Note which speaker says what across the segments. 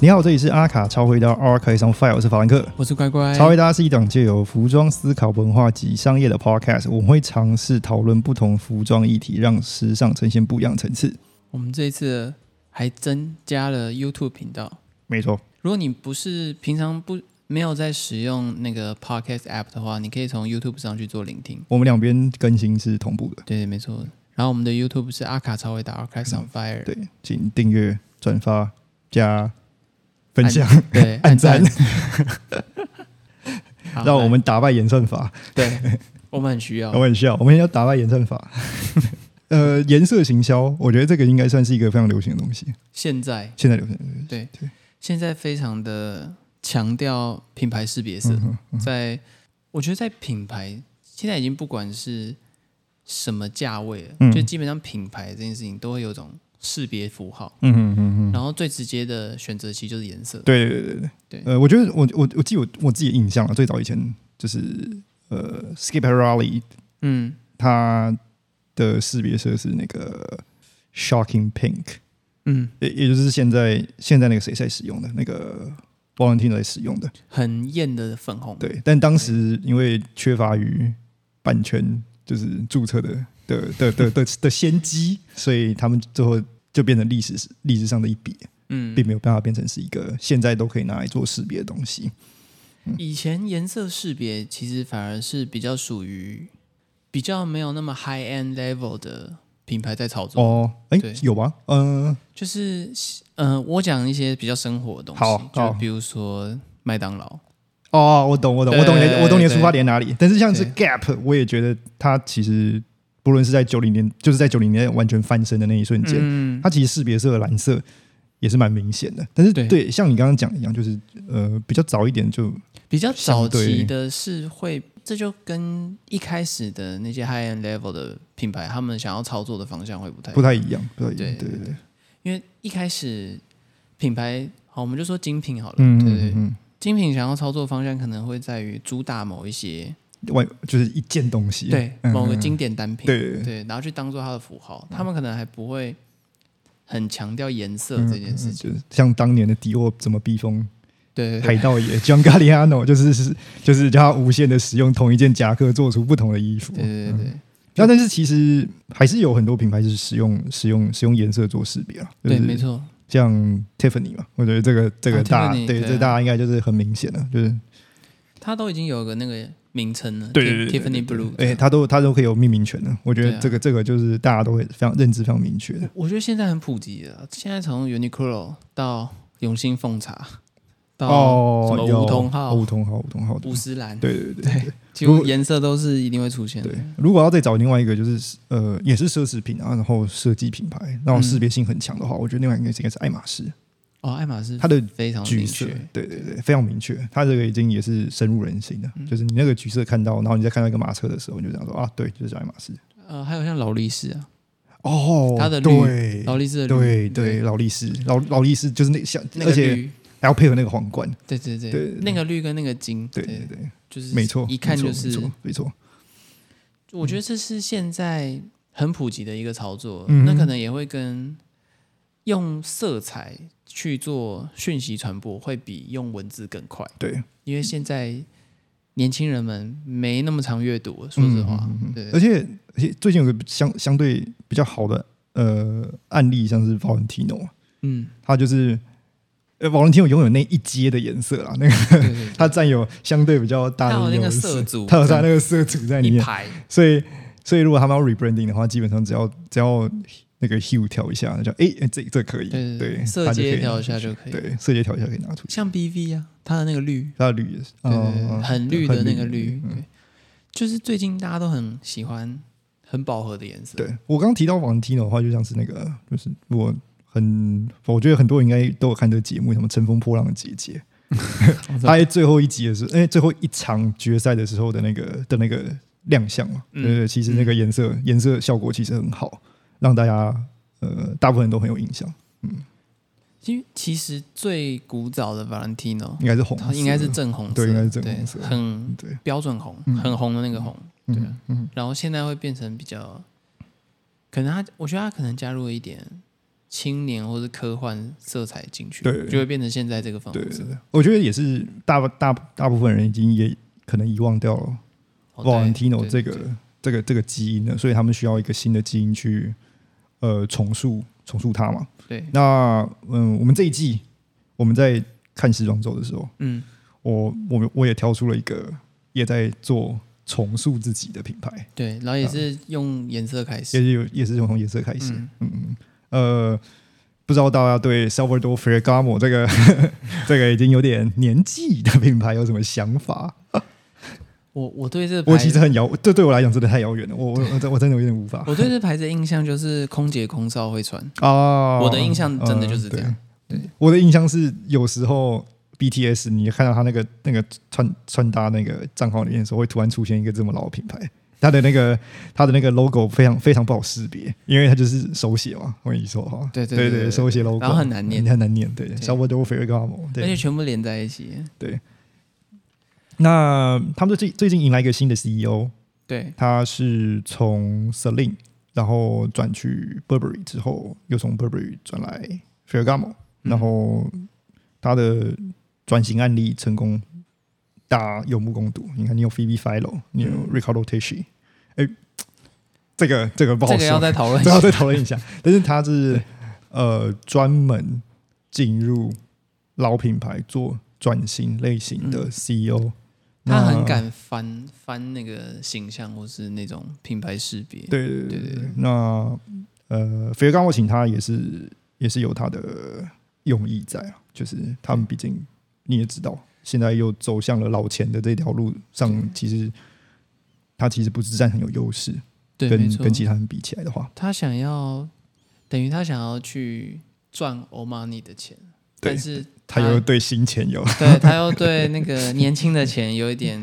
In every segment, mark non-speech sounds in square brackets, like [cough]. Speaker 1: 你好，这里是阿卡超回到 Archive on File，我是法兰克。
Speaker 2: 我是乖乖。
Speaker 1: 超回答是一档借由服装思考文化及商业的 podcast，我们会尝试讨论不同服装议题，让时尚呈现不一样的层次。
Speaker 2: 我们这一次还增加了 YouTube 频道。
Speaker 1: 没错，
Speaker 2: 如果你不是平常不没有在使用那个 Podcast app 的话，你可以从 YouTube 上去做聆听。
Speaker 1: 我们两边更新是同步的。
Speaker 2: 对，没错。然后我们的 YouTube 是阿卡超伟打 Archives on Fire，、
Speaker 1: 对，请订阅、转发、加分
Speaker 2: 按
Speaker 1: 享，
Speaker 2: 对，
Speaker 1: [laughs] 按赞， [laughs]
Speaker 2: 好
Speaker 1: 让我
Speaker 2: 来
Speaker 1: 们打败演算法。
Speaker 2: 对，我们很需要
Speaker 1: 开。玩笑， [laughs] 我们要打败演算 [laughs] 法。呃，颜色行销，我觉得这个应该算是一个非常流行的东西，
Speaker 2: 现在
Speaker 1: 现在流行。
Speaker 2: 对
Speaker 1: 对
Speaker 2: 现在非常的强调品牌识别色，
Speaker 1: 嗯
Speaker 2: 在我觉得在品牌现在已经不管是什么价位了，
Speaker 1: 嗯
Speaker 2: 就基本上品牌这件事情都会有种识别符号，
Speaker 1: 嗯嗯嗯嗯，
Speaker 2: 然后最直接的选择其实就是颜色。
Speaker 1: 对对对对
Speaker 2: 对
Speaker 1: 呃，我觉得我我我记得我我自己的印象啊，最早以前就是呃，Skip Rally
Speaker 2: 嗯，
Speaker 1: 它的识别色是那个 Shocking Pink，
Speaker 2: 嗯，
Speaker 1: 也也就是现在现在那个谁在使用的那个 Valentino 在使用的。
Speaker 2: 很艳的粉红。
Speaker 1: 对，但当时因为缺乏于版权，就是注册的的的的的的先机，所以他们最后就变成历史历史上的一笔，
Speaker 2: 嗯，
Speaker 1: 并没有办法变成是一个现在都可以拿来做识别的东西。
Speaker 2: 以前颜色识别其实反而是比较属于比较没有那么 high end level 的品牌在操作。
Speaker 1: 哦，哎
Speaker 2: 对，
Speaker 1: 有吗？嗯、
Speaker 2: 就是呃，我讲一些比较生活的东西，
Speaker 1: 好好
Speaker 2: 就比如说麦当劳，
Speaker 1: 哦，我懂，我懂，我懂你的，
Speaker 2: 对
Speaker 1: 我懂你的
Speaker 2: 对
Speaker 1: 出发点哪里。但是像是
Speaker 2: 对
Speaker 1: Gap，我也觉得它其实不论是在九零年，就是在九零年代完全翻身的那一瞬间，
Speaker 2: 嗯，
Speaker 1: 它其实识别色的蓝色也是蛮明显的。但是
Speaker 2: 对
Speaker 1: 对，像你刚刚讲的一样，就是呃比较早一点就
Speaker 2: 比较早
Speaker 1: 相
Speaker 2: 期
Speaker 1: 对
Speaker 2: 的是会，这就跟一开始的那些 high end level 的品牌，他们想要操作的方向会不太一
Speaker 1: 不
Speaker 2: 样，
Speaker 1: 太一样，不太一样。
Speaker 2: 对
Speaker 1: 对对对，
Speaker 2: 因为一开始品牌，好，我们就说精品好了，
Speaker 1: 嗯
Speaker 2: 对对
Speaker 1: 嗯
Speaker 2: 对，
Speaker 1: 嗯
Speaker 2: 精品想要操作方向可能会在于主打某一些，
Speaker 1: 嗯，外就是一件东西，
Speaker 2: 对，
Speaker 1: 嗯
Speaker 2: 某个
Speaker 1: 嗯
Speaker 2: 经典单品，
Speaker 1: 对对对
Speaker 2: 对，然后去当做它的符号，他们可能还不会很强调颜色这件事情，
Speaker 1: 嗯就是像当年的迪奥怎么逼疯
Speaker 2: 对对对。
Speaker 1: 海盗爷 John Galliano，就是是就是叫他无限的使用同一件夹克做出不同的衣服。
Speaker 2: 对对对对，
Speaker 1: 那但是其实还是有很多品牌是使用使用使用颜色做识别啊，
Speaker 2: 对，
Speaker 1: 就是
Speaker 2: 没错，
Speaker 1: 像 Tiffany 嘛，我觉得这个这个
Speaker 2: 啊
Speaker 1: 大
Speaker 2: Tiffany，
Speaker 1: 对
Speaker 2: 对啊
Speaker 1: 这大家应该就是很明显了，就是
Speaker 2: 它都已经有个那个名称了，
Speaker 1: 对对对
Speaker 2: Ti-，Tiffany Blue 这
Speaker 1: 哎，
Speaker 2: 样。
Speaker 1: 他都他都可以有命名权的。我觉
Speaker 2: 对
Speaker 1: 得
Speaker 2: 啊
Speaker 1: 这个这个就是大家都会非常认知非常明确的。
Speaker 2: 我觉得现在很普及了，现在从 Uniqlo 到永兴凤茶，到
Speaker 1: 哦，
Speaker 2: 什么
Speaker 1: 有
Speaker 2: 梧桐号、
Speaker 1: 梧桐号，梧桐号，对
Speaker 2: 五十兰，
Speaker 1: 对对对对
Speaker 2: 几乎
Speaker 1: 如
Speaker 2: 颜色都是一定会出现的。
Speaker 1: 对。如果要再找另外一个，就是呃，也是奢侈品啊，然后设计品牌，然后
Speaker 2: 嗯
Speaker 1: 识别性很强的话，我觉得另外一个应该是爱马仕，
Speaker 2: 哦，爱马仕
Speaker 1: 它的
Speaker 2: 非常
Speaker 1: 橘
Speaker 2: 哦明
Speaker 1: 色
Speaker 2: 确，，
Speaker 1: 对对对，非常明确。它这个已经也是深入人心的，
Speaker 2: 嗯
Speaker 1: 就是你那个橘色看到，然后你再看到一个马车的时候，你就想说啊，对，就是爱马仕。
Speaker 2: 呃，还有像劳力士啊，
Speaker 1: 哦，
Speaker 2: 它的绿
Speaker 1: 对
Speaker 2: 劳力士的
Speaker 1: 对
Speaker 2: 绿
Speaker 1: 对，劳力士，劳劳力士就是那像，
Speaker 2: 那
Speaker 1: 而
Speaker 2: 个
Speaker 1: 且
Speaker 2: 绿，
Speaker 1: 还要配合那个皇冠，
Speaker 2: 对对对，
Speaker 1: 对
Speaker 2: 那个绿跟那个金，
Speaker 1: 对对对，
Speaker 2: 就是
Speaker 1: 没错，
Speaker 2: 一看
Speaker 1: 没
Speaker 2: 就
Speaker 1: 错
Speaker 2: 是
Speaker 1: 没，错没错，
Speaker 2: 我觉得这是现在很普及的一个操作，
Speaker 1: 嗯
Speaker 2: 那可能也会跟用色彩去做讯息传播，会比用文字更快，
Speaker 1: 对。
Speaker 2: 因为现在年轻人们没那么常阅读，说实话，
Speaker 1: 嗯嗯嗯嗯而
Speaker 2: 对，
Speaker 1: 且而且最近有个相相对比较好的呃案例，像是 Valentino，
Speaker 2: 嗯，
Speaker 1: 他就是呃 Valentino 拥有那一阶的颜色啦，那个 [laughs]
Speaker 2: 对对
Speaker 1: 他占有相对比较大
Speaker 2: 它有
Speaker 1: 的
Speaker 2: 那个
Speaker 1: 优
Speaker 2: 色
Speaker 1: 势， [laughs]
Speaker 2: 组，
Speaker 1: 他有他那个色组在里
Speaker 2: 一
Speaker 1: 面，
Speaker 2: 排，
Speaker 1: 所以所以如果他们要 rebranding 的话，基本上只要只要那个 hue 调一下，那就哎、这这可以，
Speaker 2: 对对
Speaker 1: 对，
Speaker 2: 对，色
Speaker 1: 他就可以
Speaker 2: 阶
Speaker 1: 拿
Speaker 2: 调一
Speaker 1: 出
Speaker 2: 下
Speaker 1: 去
Speaker 2: 就可以，
Speaker 1: 对，色阶调一下可以拿出去，
Speaker 2: 像 BV 啊，它的那个绿，
Speaker 1: 它的绿也是，
Speaker 2: 对对
Speaker 1: 哦
Speaker 2: 对，
Speaker 1: 哦
Speaker 2: 很绿
Speaker 1: 很
Speaker 2: 的那个绿，
Speaker 1: 嗯
Speaker 2: 对，就是最近大家都很喜欢很饱和的颜色，
Speaker 1: 对我刚刚提到 Valentino 的话，就像是那个，就是我很，我觉得很多人应该都有看这个节目，什么《乘风破浪的姐姐
Speaker 2: [laughs]
Speaker 1: [laughs]
Speaker 2: 我》，知道
Speaker 1: 她在最后一集的时候，因哎为最后一场决赛的时候的那个的那个亮相嘛，
Speaker 2: 嗯
Speaker 1: 对对对，其实那个颜色、颜色效果其实很好，让大家呃大部分人都很有印象，
Speaker 2: 因为其实最古早的 Valentino，
Speaker 1: 应该是红色，
Speaker 2: 它应该是正红色，
Speaker 1: 对应该是正红色
Speaker 2: 对很
Speaker 1: 对，
Speaker 2: 标准红，
Speaker 1: 嗯
Speaker 2: 很红的那个红。对啊
Speaker 1: 嗯嗯
Speaker 2: 然后现在会变成比较，可能它，我觉得它可能加入了一点青年或是科幻色彩进去，
Speaker 1: 对
Speaker 2: 就会变成现在这个方
Speaker 1: 对
Speaker 2: 式。，
Speaker 1: 我觉得也是大大大部分人已经也可能遗忘掉了
Speaker 2: 哦对
Speaker 1: Valentino
Speaker 2: 对
Speaker 1: 这
Speaker 2: 对
Speaker 1: 个这个这个基因了，所以他们需要一个新的基因去呃重塑重塑它嘛。
Speaker 2: 对，
Speaker 1: 那嗯，我们这一季我们在看时装周的时候，
Speaker 2: 嗯，
Speaker 1: 我我们我也挑出了一个也在做重塑自己的品牌，
Speaker 2: 对，然后也是用颜色开
Speaker 1: 也
Speaker 2: 始，
Speaker 1: 是有也是从颜色开始。
Speaker 2: 嗯，
Speaker 1: 呃，不知道大家对 Salvador Ferragamo 这个 [laughs] 这个已经有点年纪的品牌有什么想法？
Speaker 2: 我我对这个
Speaker 1: 我
Speaker 2: 牌
Speaker 1: 其实
Speaker 2: 子，
Speaker 1: 很遥，这对我来讲真的太遥远了，我我我真我真的有点无法
Speaker 2: 我对这牌子的印象就是空姐空少会穿，
Speaker 1: 啊。
Speaker 2: 我的印象真的就是这样
Speaker 1: 嗯对我的印象是有时候 BTS 你看到他那个那个穿穿搭那个账号里面的时候，会突然出现一个这么老的品牌。它的那个，它的那个 logo 非常非常不好识别，因为它就是手写嘛，我跟你说哈，
Speaker 2: 对
Speaker 1: 对
Speaker 2: 对对对
Speaker 1: 手写 logo，
Speaker 2: 然后很难念
Speaker 1: 很难念，对，Salvador Ferragamo，对
Speaker 2: 而，且全部连在一起，
Speaker 1: 那他们最最近迎来一个新的 E CEO，
Speaker 2: 对
Speaker 1: 他是从 Celine 然后转去 Burberry 之后，又从 Burberry 转来 Ferragamo，
Speaker 2: 嗯
Speaker 1: 然后他的转型案例成功，大家有目共睹。你看，你有 Phoebe Philo，你有
Speaker 2: 嗯
Speaker 1: Ricardo Tisci，哎，这个这个不好
Speaker 2: 这
Speaker 1: 说，
Speaker 2: 个要再讨
Speaker 1: [laughs]
Speaker 2: 论一
Speaker 1: 这要
Speaker 2: 下，
Speaker 1: 再讨论一下。但是他
Speaker 2: [laughs]
Speaker 1: 是呃专门进入老品牌做转型类型的 E
Speaker 2: 嗯
Speaker 1: CEO，、
Speaker 2: 他
Speaker 1: 那
Speaker 2: 很。敢翻翻那个形象或是那种品牌识别，
Speaker 1: 对对对
Speaker 2: 对
Speaker 1: 对
Speaker 2: 对
Speaker 1: 对。那呃，肥刚我请他也是也是有他的用意在啊，就是他
Speaker 2: 嗯
Speaker 1: 们毕竟你也知道，现在又走向了老钱的这条路上，其实他其实不是占很有优势，
Speaker 2: 对，没
Speaker 1: 跟
Speaker 2: 错
Speaker 1: 跟，其他人比起来的话，
Speaker 2: 他想要等于他想要去赚欧玛尼的钱，
Speaker 1: 对
Speaker 2: 但是
Speaker 1: 他又对新钱
Speaker 2: [laughs]
Speaker 1: 有，
Speaker 2: 对他又对那个年轻的钱有一点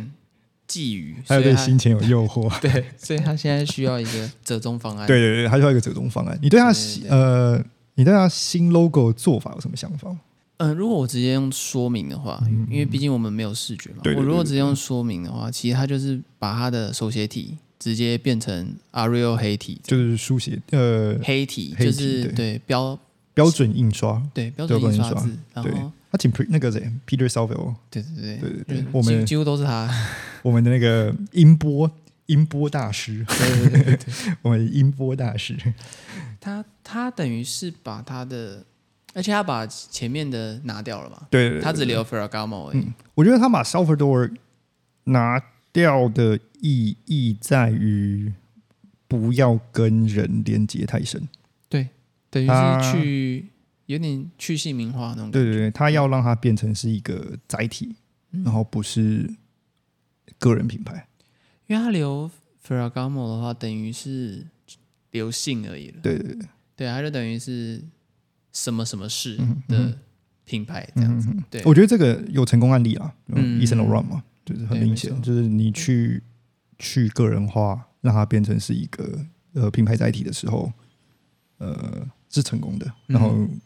Speaker 2: 觊
Speaker 1: [laughs]
Speaker 2: 觎，
Speaker 1: 他
Speaker 2: 所
Speaker 1: 又
Speaker 2: 以
Speaker 1: 对
Speaker 2: 他
Speaker 1: 新钱有诱惑。
Speaker 2: [laughs] 对，所以他现在需要一个折中方案。
Speaker 1: 对对对，他需要一个折中方案。你对他
Speaker 2: 对
Speaker 1: 新
Speaker 2: 对对
Speaker 1: 呃，你对他新 logo 做法有什么想法？
Speaker 2: 嗯、如果我直接用说明的话，因为毕竟我们没有视觉嘛，
Speaker 1: 嗯对对对
Speaker 2: 我如果直接用说明的话，其实它就是把它的手写体直接变成 Arial 黑体，
Speaker 1: 就是书写呃
Speaker 2: 黑体
Speaker 1: 黑体
Speaker 2: 就是
Speaker 1: 对
Speaker 2: 对标
Speaker 1: 标准印刷，
Speaker 2: 对标准
Speaker 1: 标
Speaker 2: 印
Speaker 1: 准印
Speaker 2: 刷
Speaker 1: 刷
Speaker 2: 字，然
Speaker 1: 对
Speaker 2: 后
Speaker 1: 他请 Pre- 那个谁 Peter Saville
Speaker 2: 对对
Speaker 1: 对
Speaker 2: 对
Speaker 1: 对对
Speaker 2: 就
Speaker 1: 我们
Speaker 2: 几几乎都是
Speaker 1: [laughs]
Speaker 2: 他，
Speaker 1: 我们的那个音波音波大师， [laughs]
Speaker 2: 对对对对
Speaker 1: 我们音波大师，
Speaker 2: [laughs] 他他等于是把他的，而且他把前面的拿掉了嘛，
Speaker 1: 对对嗯
Speaker 2: 他只留 Ferragamo 而已。
Speaker 1: 我觉得他把 Salvador 拿掉的意义在于不要跟人连接太深，
Speaker 2: 等于
Speaker 1: 他
Speaker 2: 是去有点去姓名化那种
Speaker 1: 对
Speaker 2: 感
Speaker 1: 对对，他要让它变成是一个载体，
Speaker 2: 嗯
Speaker 1: 然后不是个人品牌，
Speaker 2: 因为他留 Ferragamo 的话，等于是留姓而已了。
Speaker 1: 对对对，
Speaker 2: 对，他就等于是什么什么事
Speaker 1: 嗯嗯
Speaker 2: 的品牌这样子。
Speaker 1: 嗯，
Speaker 2: 对
Speaker 1: 我觉得这个有成功案例啊，嗯
Speaker 2: 嗯
Speaker 1: ，Eason l o r a n 嘛，就是很
Speaker 2: 对
Speaker 1: 明
Speaker 2: 没
Speaker 1: 显
Speaker 2: 错，
Speaker 1: 就是你去去个人化，让它变成是一个呃品牌载体的时候，呃是成功的。然后、
Speaker 2: 嗯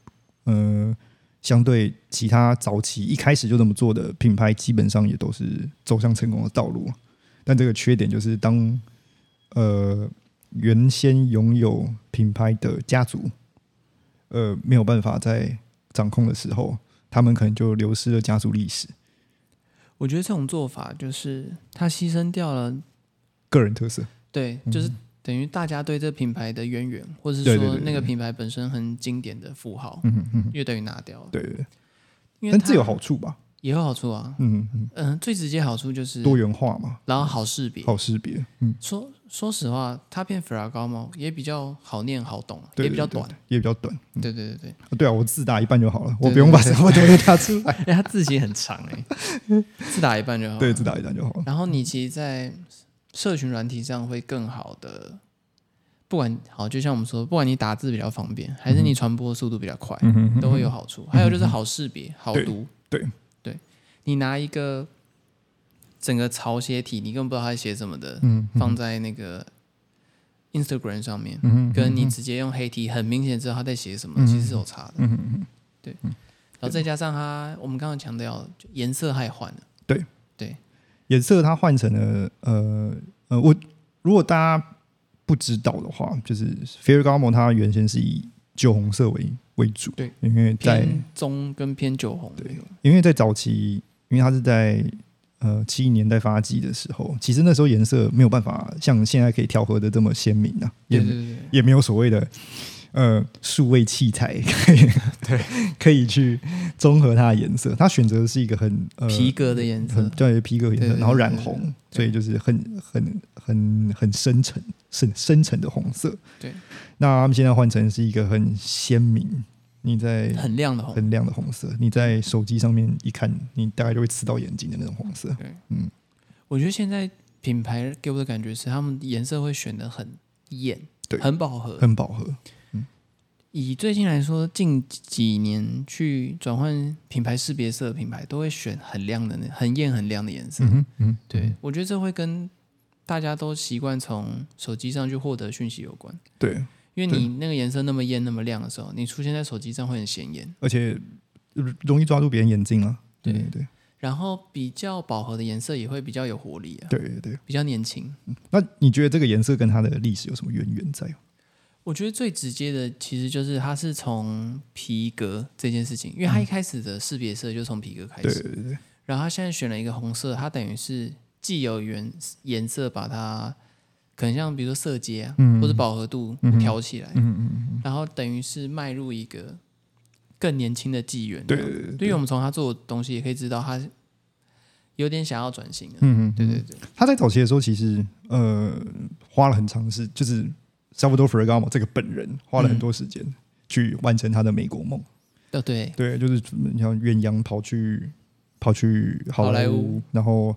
Speaker 1: 呃，相对其他早期一开始就这么做的品牌，基本上也都是走向成功的道路。但这个缺点就是当呃原先拥有品牌的家族，呃没有办法在掌控的时候，他们可能就流失了家族历史、
Speaker 2: 我觉得这种做法就是他牺牲掉了，
Speaker 1: 个人特色。
Speaker 2: 对，就是等于大家对这品牌的渊源，或者
Speaker 1: 嗯对
Speaker 2: 是
Speaker 1: 对
Speaker 2: 说
Speaker 1: 对
Speaker 2: 那个
Speaker 1: 对
Speaker 2: 品牌本身很经典的符号，
Speaker 1: 嗯哼嗯哼，
Speaker 2: 又等于拿掉了。
Speaker 1: 对对对，
Speaker 2: 因为
Speaker 1: 但这有
Speaker 2: 它
Speaker 1: 好处吧？
Speaker 2: 也有好处啊。
Speaker 1: 嗯嗯，
Speaker 2: 嗯、最直接好处就是
Speaker 1: 嗯多元化嘛，
Speaker 2: 然后好识别。
Speaker 1: 好识别。嗯，
Speaker 2: 说说实话，它变 Ferragamo 也比较好念好懂，啊
Speaker 1: 对
Speaker 2: 也比较，短
Speaker 1: 对。对也比较短。
Speaker 2: 对对对对，
Speaker 1: [laughs] 啊对啊，我字打一半就好了，我
Speaker 2: 对
Speaker 1: 不用把
Speaker 2: 对
Speaker 1: 什
Speaker 2: 对
Speaker 1: 么东西打出
Speaker 2: [laughs]
Speaker 1: 来。
Speaker 2: 哎，它字己很长哎、字打一半就好。
Speaker 1: 对，字。打一半就好了。
Speaker 2: [laughs] 然后你其实，在社群软体上会更好的，不管好，就像我们说，不管你打字比较方便，还是你传播速度比较快，
Speaker 1: 嗯哼
Speaker 2: 都会有好处。还有就是好识别、好读。
Speaker 1: 对
Speaker 2: 对，你拿一个整个草写体，你根本不知道它在写什么的，
Speaker 1: 嗯
Speaker 2: 放在那个 Instagram 上面，
Speaker 1: 嗯哼
Speaker 2: 跟你直接用黑体，很明显知道他在写什么，其实是有差的。
Speaker 1: 嗯哼嗯
Speaker 2: 然后再加上它，我们刚刚强调了就颜色还换了，
Speaker 1: 颜色它换成了呃呃，我如果大家不知道的话，就是 Ferragamo 它原先是以酒红色为为主，
Speaker 2: 对，
Speaker 1: 因为在
Speaker 2: 偏棕跟偏酒红，
Speaker 1: 对，因为在早期，因为它是在呃七零年代发迹的时候，其实那时候颜色没有办法像现在可以调和的这么鲜明啊，也
Speaker 2: 对对对对
Speaker 1: 也没有所谓的呃数位器材可以对 [laughs] 可以去综合它的颜色，它选择的是一个很呃
Speaker 2: 皮革的颜
Speaker 1: 很
Speaker 2: 色，
Speaker 1: 对皮革颜
Speaker 2: 对
Speaker 1: 色，
Speaker 2: 对
Speaker 1: 然后
Speaker 2: 对
Speaker 1: 染
Speaker 2: 对
Speaker 1: 红，
Speaker 2: 对
Speaker 1: 所以就是很很很很深沉、深深沉的红色。
Speaker 2: 对，
Speaker 1: 那他们现在换成是一个很鲜明，你在
Speaker 2: 很亮的红，
Speaker 1: 很亮的红色，你在手机上面一看，你大概就会刺到眼睛的那种红色。
Speaker 2: 对，
Speaker 1: 嗯，
Speaker 2: 我觉得现在品牌给我的感觉是，他们颜色会选的很艳，
Speaker 1: 对
Speaker 2: 很饱和。
Speaker 1: 很饱和。
Speaker 2: 以最近来说，近几年去转换品牌识别色的品牌，都会选很亮的那、很艳、很亮的颜色。
Speaker 1: 嗯哼嗯，
Speaker 2: 对，我觉得这会跟大家都习惯从手机上去获得讯息有关。
Speaker 1: 对，
Speaker 2: 因为
Speaker 1: 对
Speaker 2: 你那个颜色那么艳、那么亮的时候，你出现在手机上会很显眼。
Speaker 1: 而且容易抓住别人眼睛啊。对
Speaker 2: 对
Speaker 1: 对
Speaker 2: 然后比较饱和的颜色也会比较有活力啊，
Speaker 1: 对对对。
Speaker 2: 比较年轻。
Speaker 1: 那你觉得这个颜色跟它的历史有什么渊源在？
Speaker 2: 我觉得最直接的其实就是它是从皮革这件事情，因为它一开始的识别色就是从皮革
Speaker 1: 嗯
Speaker 2: 开
Speaker 1: 对
Speaker 2: 始，
Speaker 1: 哎对对
Speaker 2: 然后它现在选了一个红色，它等于是既有原颜色把它可能像比如说色阶啊，
Speaker 1: 嗯
Speaker 2: 或者饱和度
Speaker 1: 嗯哼
Speaker 2: 调起来，
Speaker 1: 嗯嗯嗯，
Speaker 2: 然后等于是迈入一个更年轻的纪元。
Speaker 1: 对，对对
Speaker 2: 对于我们从他做的东西也可以知道，他有点想要转型了。
Speaker 1: 嗯嗯，
Speaker 2: 对对对，
Speaker 1: 他在早期的时候，其实呃花了很长时，就是 Salvador Ferragamo 这个本人花了很多时间去完成他的美国梦。
Speaker 2: 哦对，
Speaker 1: 对，就是你像远洋跑去跑去好莱
Speaker 2: 好莱
Speaker 1: 坞
Speaker 2: 坞，
Speaker 1: 然后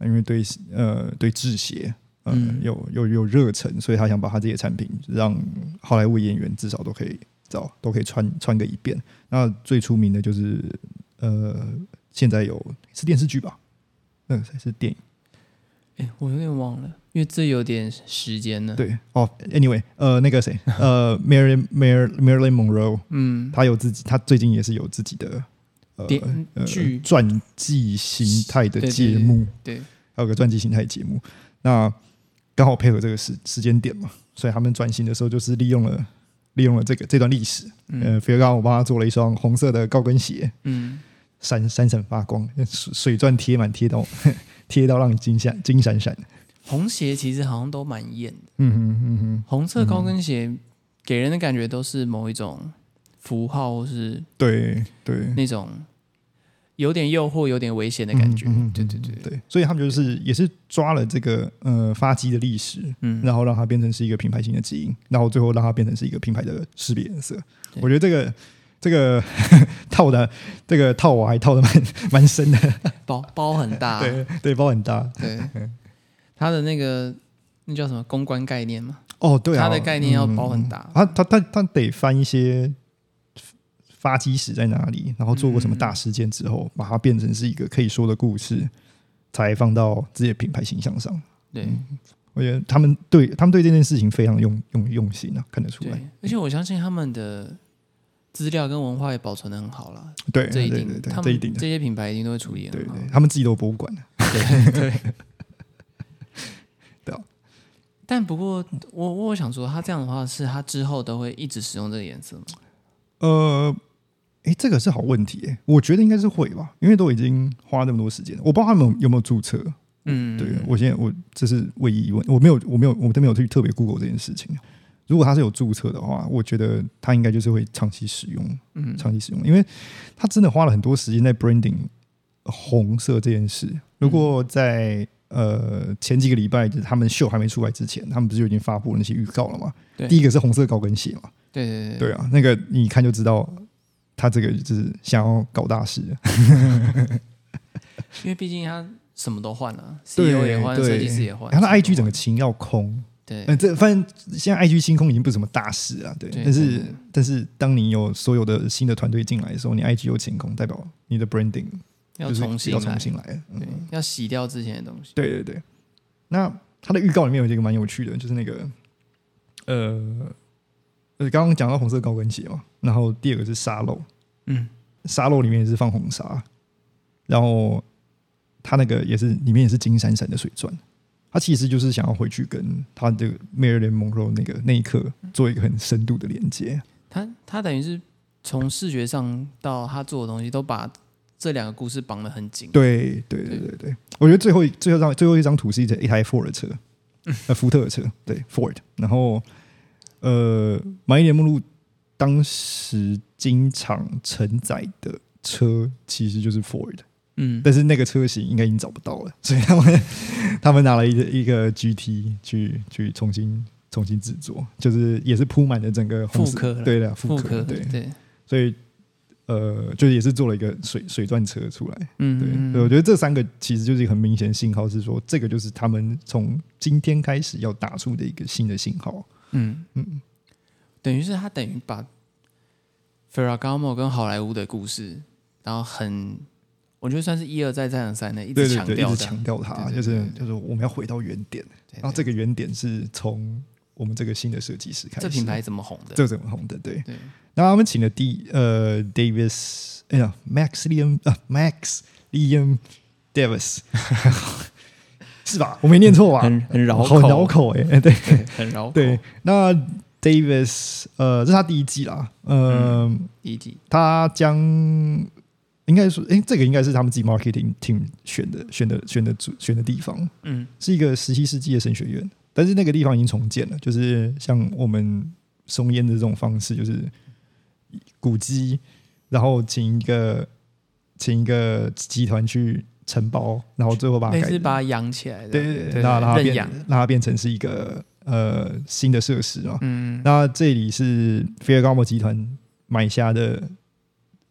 Speaker 1: 因为对呃对制鞋。呃
Speaker 2: 嗯
Speaker 1: 有有有热忱，所以他想把他自己的产品让好莱坞演员至少都可以找都可以穿穿个一遍。那最出名的就是呃，现在有是电视剧吧？那个才是电影。
Speaker 2: 哎，我有点忘了，因为这有点时间了。，
Speaker 1: 对哦，Anyway，呃，那个谁，呃，Marilyn Mar Marilyn Monroe，
Speaker 2: 嗯，
Speaker 1: 他有自己，他最近也是有自己的呃
Speaker 2: 电嗯
Speaker 1: 呃
Speaker 2: 剧
Speaker 1: 传记形态的
Speaker 2: 对对
Speaker 1: 节目，
Speaker 2: 对，
Speaker 1: 还有个传记形态节目。那刚好配合这个时时间点嘛，所以他们转型的时候就是利用了利用了这个这段历史。
Speaker 2: 嗯
Speaker 1: 呃，菲尔刚我帮他做了一双红色的高跟鞋，
Speaker 2: 嗯，
Speaker 1: 闪闪闪发光，水水钻贴满，贴到 [laughs] 贴到让你惊吓金闪闪。
Speaker 2: 红鞋其实好像都蛮艳的，
Speaker 1: 嗯哼嗯哼，
Speaker 2: 红色高跟鞋给人的感觉都是某一种符号，或是
Speaker 1: 对对。
Speaker 2: 那种有点诱惑、有点危险的感觉。
Speaker 1: 嗯嗯嗯嗯
Speaker 2: 对对对，
Speaker 1: 对，所以他们就是也是抓了这个呃发迹的历史，
Speaker 2: 嗯，
Speaker 1: 然后让它变成是一个品牌型的基因，然后最后让它变成是一个品牌的识别颜色。
Speaker 2: 对
Speaker 1: 我觉得这个这个 [laughs] 套的这个套我还套的蛮蛮深的，
Speaker 2: 包包很大，
Speaker 1: 对对，包很大。
Speaker 2: 对，它的那个那叫什么公关概念嘛？
Speaker 1: 哦，对啊，嗯
Speaker 2: 它的概念要包很大。
Speaker 1: 他他他他得翻一些发迹史在哪里，然后做过
Speaker 2: 嗯
Speaker 1: 什么大事件之后，把它变成是一个可以说的故事，才放到自己的品牌形象上。
Speaker 2: 对、
Speaker 1: 嗯我觉得他们对他们对这件事情非常用用用心啊，看得出来。
Speaker 2: 对，而且我相信他们的资料跟文化也保存的很好啦，
Speaker 1: 对，
Speaker 2: 这一
Speaker 1: 对
Speaker 2: 定，
Speaker 1: 对对，
Speaker 2: 他
Speaker 1: 这一
Speaker 2: 们
Speaker 1: 定的，
Speaker 2: 这些品牌一定都会处理
Speaker 1: 对
Speaker 2: 很好。
Speaker 1: 对，他们自己都啊有博物馆。
Speaker 2: 对对
Speaker 1: 对啊
Speaker 2: 但不过，我我想说，他这样的话，是他之后都会一直使用这个颜色吗？
Speaker 1: 呃，哎，这个是好问题诶，我觉得应该是会吧，因为都已经花那么多时间了，我不知道他们有有没有注册。
Speaker 2: 嗯，
Speaker 1: 对我现在我这是唯一疑问，我没有我没有我都没有去特别 Google 这件事情。如果他是有注册的话，我觉得他应该就是会长期使用，
Speaker 2: 嗯
Speaker 1: 长期使用，因为他真的花了很多时间在 branding 红色这件事。如果在呃前几个礼拜，就是他们秀还没出来之前，他们不是就已经发布了那些预告了吗？
Speaker 2: 对
Speaker 1: 第一个是红色高跟鞋嘛，
Speaker 2: 对对对对，
Speaker 1: 对啊，那个你一看就知道他这个就是想要搞大 [laughs] 事。
Speaker 2: 因为毕竟他什么都换了
Speaker 1: 对
Speaker 2: ，CEO 也换，
Speaker 1: 对
Speaker 2: 设计师也换，
Speaker 1: 他的
Speaker 2: 什么都
Speaker 1: IG 整个
Speaker 2: 换
Speaker 1: 情要空，
Speaker 2: 对
Speaker 1: 嗯，这反正现在 IG 星空已经不是什么大事啊，对。
Speaker 2: 对
Speaker 1: 但
Speaker 2: 对
Speaker 1: 是但是当你有所有的新的团队进来的时候，你 IG 有晴空，代表你的 branding
Speaker 2: 要
Speaker 1: 就是
Speaker 2: 重新
Speaker 1: 要
Speaker 2: 来
Speaker 1: 重，新来了。嗯
Speaker 2: 对，要洗掉之前的东西。
Speaker 1: 对对对。那它的预告里面有一个蛮有趣的，就是那个呃呃，刚刚讲到红色高跟鞋嘛，然后第二个是沙漏，
Speaker 2: 嗯，
Speaker 1: 沙漏里面也是放红沙，然后它那个也是里面也是金闪闪的水钻，它其实就是想要回去跟他这个 Marilyn Monroe 那个那一刻做一个很深度的连接。
Speaker 2: 他他等于是从视觉上到他做的东西，都把这两个故事绑得很紧。
Speaker 1: 对对对对对，我觉得最后一最后一张最后一张图是一台一台 Ford 的车，呃，福特的车，对 Ford。然后呃，马伊莲目录当时经常承载的车其实就是 Ford，
Speaker 2: 嗯，
Speaker 1: 但是那个车型应该已经找不到了， [laughs] 所以他们他们拿了一个一个 GT 去去重新重新制作，就是也是铺满了整个红
Speaker 2: 复
Speaker 1: 色
Speaker 2: 刻了
Speaker 1: 对的复
Speaker 2: 复
Speaker 1: 刻
Speaker 2: 刻
Speaker 1: 对，
Speaker 2: 对，
Speaker 1: 所以呃，就也是做了一个水水钻车出来。对，
Speaker 2: 嗯，
Speaker 1: 对我
Speaker 2: 嗯
Speaker 1: 觉得这三个其实就是一个很明显的信号，是说这个就是他们从今天开始要打出的一个新的信号。
Speaker 2: 嗯，
Speaker 1: 嗯，
Speaker 2: 等于是他等于把 Ferragamo 跟好莱坞的故事，然后很，我觉得算是一而再再而三的一
Speaker 1: 对
Speaker 2: 直
Speaker 1: 对
Speaker 2: 强
Speaker 1: 对，一
Speaker 2: 调
Speaker 1: 直
Speaker 2: 的，
Speaker 1: 强调它，
Speaker 2: 对
Speaker 1: 就
Speaker 2: 对
Speaker 1: 是
Speaker 2: 对
Speaker 1: 就是我们要回到原点，
Speaker 2: 对
Speaker 1: 然后这个原点是从我们这个新的设计师开
Speaker 2: 这
Speaker 1: 始，
Speaker 2: 品牌怎么红的？
Speaker 1: 这怎么红的？对，
Speaker 2: 对，
Speaker 1: 然后他们请了 D 呃 Davis，哎呀 Max Liam 啊 Max Liam Davis，是吧？我没念错吧？
Speaker 2: 很很绕
Speaker 1: 好
Speaker 2: 口，
Speaker 1: 绕口哎、欸，对。
Speaker 2: 对，很绕口。
Speaker 1: 对，那 Davis，呃，这是他第一季啦，呃，
Speaker 2: 一季，
Speaker 1: 他将应该说，诶，这个应该是他们自己 marketing team 选的、选的、选的组、选的地方，
Speaker 2: 嗯
Speaker 1: 是一个十七世纪的神学院，但是那个地方已经重建了，就是像我们松烟的这种方式，就是古迹，然后请一个请一个集团去承包，然后最后把它
Speaker 2: 类
Speaker 1: 改
Speaker 2: 似把它养起来的，
Speaker 1: 对对对，让让它
Speaker 2: 认
Speaker 1: 变
Speaker 2: 养，嗯
Speaker 1: 让它变成是一个呃新的设施啊嘛。
Speaker 2: 嗯，
Speaker 1: 那这里是菲尔高莫集团买下的，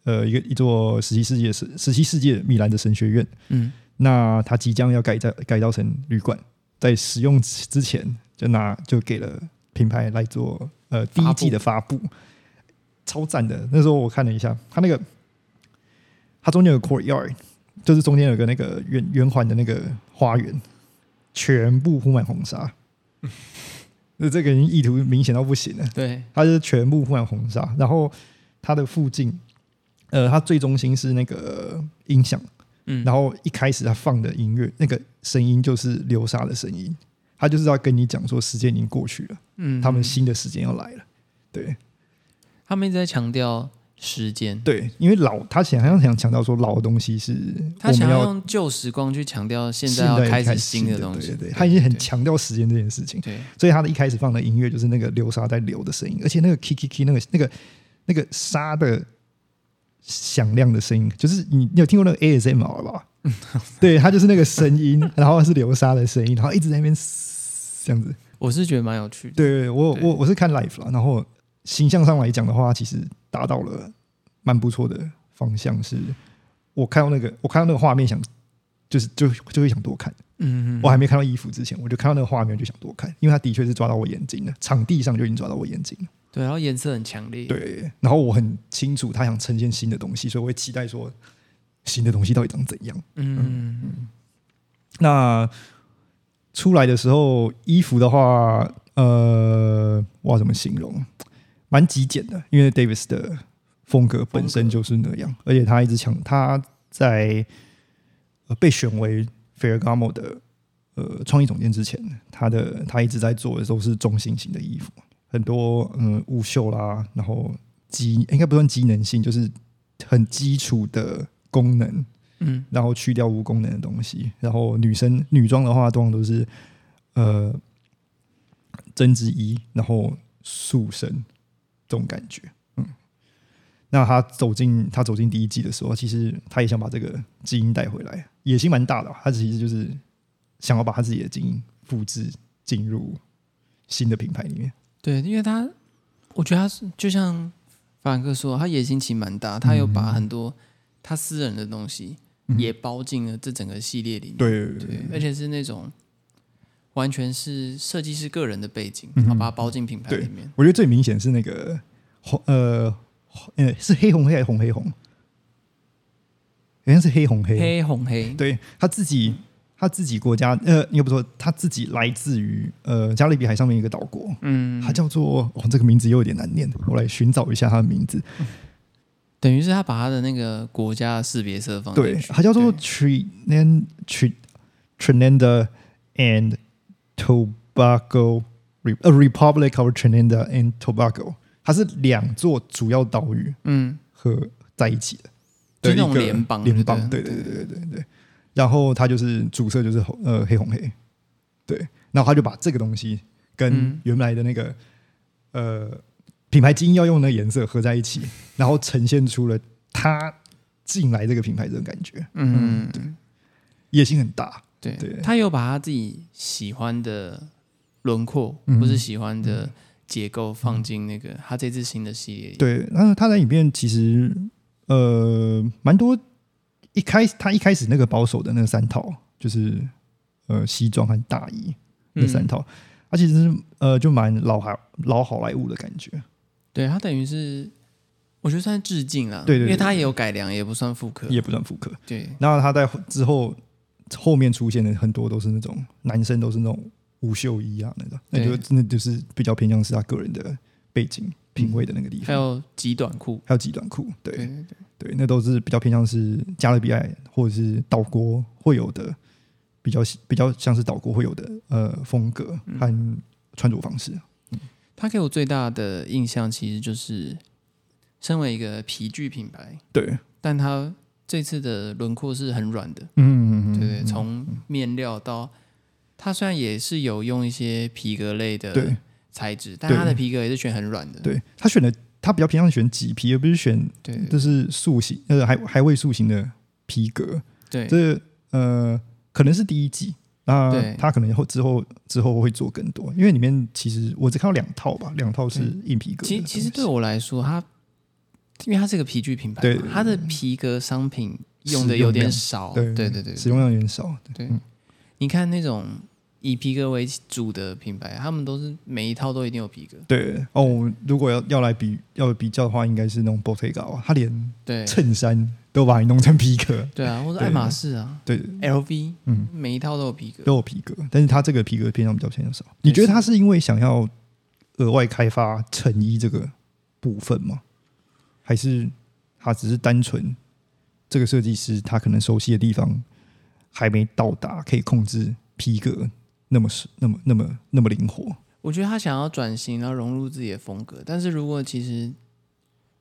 Speaker 1: 呃，一个一座十七世纪的神十七世纪的米兰的神学院。
Speaker 2: 嗯
Speaker 1: 那它即将要改造改造成旅馆，在使用之前就拿就给了品牌来做呃第一季的发布，超赞的。那时候我看了一下，它那个它中间有个 courtyard，就是中间有个那个圆圆环的那个花园，全部铺满红纱。那这个已经意图明显到不行了，
Speaker 2: 对，
Speaker 1: 它是全部铺满红纱，然后它的附近，呃，它最中心是那个音响。
Speaker 2: 嗯，
Speaker 1: 然后一开始他放的音乐，那个声音就是流沙的声音，他就是要跟你讲说时间已经过去了，
Speaker 2: 嗯，
Speaker 1: 他们新的时间要来了。对
Speaker 2: 他们一直在强调时间，
Speaker 1: 对，因为老他想要想强调说老的东西是
Speaker 2: 他
Speaker 1: 我
Speaker 2: 想
Speaker 1: 们
Speaker 2: 要
Speaker 1: 要
Speaker 2: 用旧时光去强调现在
Speaker 1: 现
Speaker 2: 要
Speaker 1: 在
Speaker 2: 开
Speaker 1: 开
Speaker 2: 始
Speaker 1: 始
Speaker 2: 新
Speaker 1: 的
Speaker 2: 的东西，
Speaker 1: 对对，他已经很
Speaker 2: 对
Speaker 1: 强调时间这件事情，
Speaker 2: 对，
Speaker 1: 所以他的一开始放的音乐就是那个流沙在流的声音，而且那个 k k k 那个那个那个沙的响亮的声音，就是你你有听过那个 ASMR 吧？对，它就是那个声音，然后是流沙的声音，然后一直在那边嘶这样子。
Speaker 2: 我是觉得蛮有趣的，
Speaker 1: 对对，我
Speaker 2: 对
Speaker 1: 我我是看 live 啦，然后形象上来讲的话，其实达到了蛮不错的方向。是我看到那个，我看到那个画面想，就是就就会想多看。
Speaker 2: 嗯，嗯
Speaker 1: 我还没看到衣服之前，我就看到那个画面就想多看，因为它的确是抓到我眼睛了，场地上就已经抓到我眼睛了。
Speaker 2: 对，然后颜色很强烈，，
Speaker 1: 对，然后我很清楚他想呈现新的东西，所以我会期待说新的东西到底长怎样。
Speaker 2: 嗯，
Speaker 1: 那出来的时候，衣服的话，呃，我要怎么形容？蛮极简的，因为 Davis 的风格本身就是那样，而且他一直强，他在、呃、被选为 Ferragamo 的呃创意总监之前，他的他一直在做的都是中性型的衣服，很多嗯无袖啦，然后机应该不算机能性，就是很基础的功能，
Speaker 2: 嗯，
Speaker 1: 然后去掉无功能的东西。然后女生女装的话，通常都是呃针织衣，然后塑身这种感觉。嗯，那他走进他走进第一季的时候，其实他也想把这个基因带回来，野心蛮大的啊。他其实就是想要把他自己的基因复制进入新的品牌里面。
Speaker 2: 对，因为他，我觉得他是就像法兰克说，他野心其实蛮大，他有
Speaker 1: 嗯
Speaker 2: 把很多他私人的东西也包进了这整个系列里面，
Speaker 1: 对
Speaker 2: 对，而且是那种完全是设计师个人的背景，
Speaker 1: 嗯哼
Speaker 2: 然后把它包进品牌里面。
Speaker 1: 我觉得最明显是那个红呃呃是黑红黑还是红黑红？好像是黑红黑，
Speaker 2: 黑红黑，
Speaker 1: 对他自己，他自己国家，呃，应该不说他自己来自于呃加勒比海上面一个岛国，
Speaker 2: 嗯，
Speaker 1: 它叫做哦，这个名字又有点难念，我来寻找一下它的名字。
Speaker 2: 等于是他把他的那个国家的识别色放
Speaker 1: 对
Speaker 2: 进，去，
Speaker 1: 它叫做 Trinan Tr- Trinidad and Tobago Re- 呃 Republic of Trinidad and Tobago。它是两座主要岛屿
Speaker 2: 嗯，
Speaker 1: 合在一起的，
Speaker 2: 就
Speaker 1: 的
Speaker 2: 那种
Speaker 1: 一个
Speaker 2: 联邦
Speaker 1: 联邦，
Speaker 2: 对
Speaker 1: 对对对对对对。然后它就是主色就是红呃黑红黑，对，然后他就把这个东西跟
Speaker 2: 嗯
Speaker 1: 原来的那个、呃品牌基因要用的颜色合在一起，然后呈现出了他进来这个品牌这种感觉，
Speaker 2: 嗯，
Speaker 1: 野心很大，
Speaker 2: 对，
Speaker 1: 对
Speaker 2: 他有把他自己喜欢的轮廓
Speaker 1: 嗯
Speaker 2: 或是喜欢的结构放进那个他这次新的系列里，
Speaker 1: 对，那他在影片其实呃蛮多，一开始他一开始那个保守的那三套就是呃西装和大衣那
Speaker 2: 嗯
Speaker 1: 三套，它其实呃就蛮老好老好莱坞的感觉，
Speaker 2: 对他等于是我觉得算是致敬啦，
Speaker 1: 对对对
Speaker 2: 因为他也有改良，也不算复刻，
Speaker 1: 也不算复刻。
Speaker 2: 对，
Speaker 1: 然后他在之后后面出现的很多都是那种男生都是那种无袖衣啊那种，那就
Speaker 2: 对
Speaker 1: 真的就是比较偏向是他个人的背景品味的那个地
Speaker 2: 还
Speaker 1: 方。
Speaker 2: 有极短裤，
Speaker 1: 还有极短裤，对，
Speaker 2: 对对对，
Speaker 1: 对，那都是比较偏向是加勒比海或者是岛国会有的，比较比较像是岛国会有的呃风格和穿着方式。啊
Speaker 2: 他给我最大的印象其实就是，身为一个皮具品牌，
Speaker 1: 对，
Speaker 2: 但他这次的轮廓是很软的，
Speaker 1: 嗯
Speaker 2: 对对，从面料到它虽然也是有用一些皮革类的
Speaker 1: 对
Speaker 2: 材质，但它的皮革也是选很软的，
Speaker 1: 对，他选的他比较偏向选麂皮，而不是选
Speaker 2: 对
Speaker 1: 就是塑形呃还还未塑形的皮革。
Speaker 2: 对对
Speaker 1: 这呃可能是第一季，那
Speaker 2: 对
Speaker 1: 他可能后之后之后会做更多，因为里面其实我只看到两套吧，两套是硬皮革的东
Speaker 2: 其
Speaker 1: 西。
Speaker 2: 实其实对我来说，它因为它是个皮具品牌
Speaker 1: 对
Speaker 2: 嘛
Speaker 1: 对，对
Speaker 2: 它的皮革商品用
Speaker 1: 使
Speaker 2: 的
Speaker 1: 用
Speaker 2: 有点
Speaker 1: 量
Speaker 2: 少，
Speaker 1: 对
Speaker 2: 对对对
Speaker 1: 使用量有点少，
Speaker 2: 对，你看那种以皮革为主的品牌，他们都是每一套都一定有皮革，
Speaker 1: 对哦，我们如果要要来比要比较的话，应该是那种 Bottega，啊它连
Speaker 2: 对
Speaker 1: 衬衫都把你弄成皮革， [laughs]
Speaker 2: 对啊，或者
Speaker 1: 对
Speaker 2: 爱马仕啊、
Speaker 1: 对，
Speaker 2: LV，
Speaker 1: 嗯
Speaker 2: 每一套都有皮革，
Speaker 1: 都有皮革，但是它这个皮革偏向比较偏向少。
Speaker 2: 对
Speaker 1: 你觉得它是因为想要额外开发成衣这个部分吗？还是它只是单纯这个设计师他可能熟悉的地方还没到达，可以控制皮革那么是那么那么那么灵活？
Speaker 2: 我觉得他想要转型，然后融入自己的风格。但是如果其实，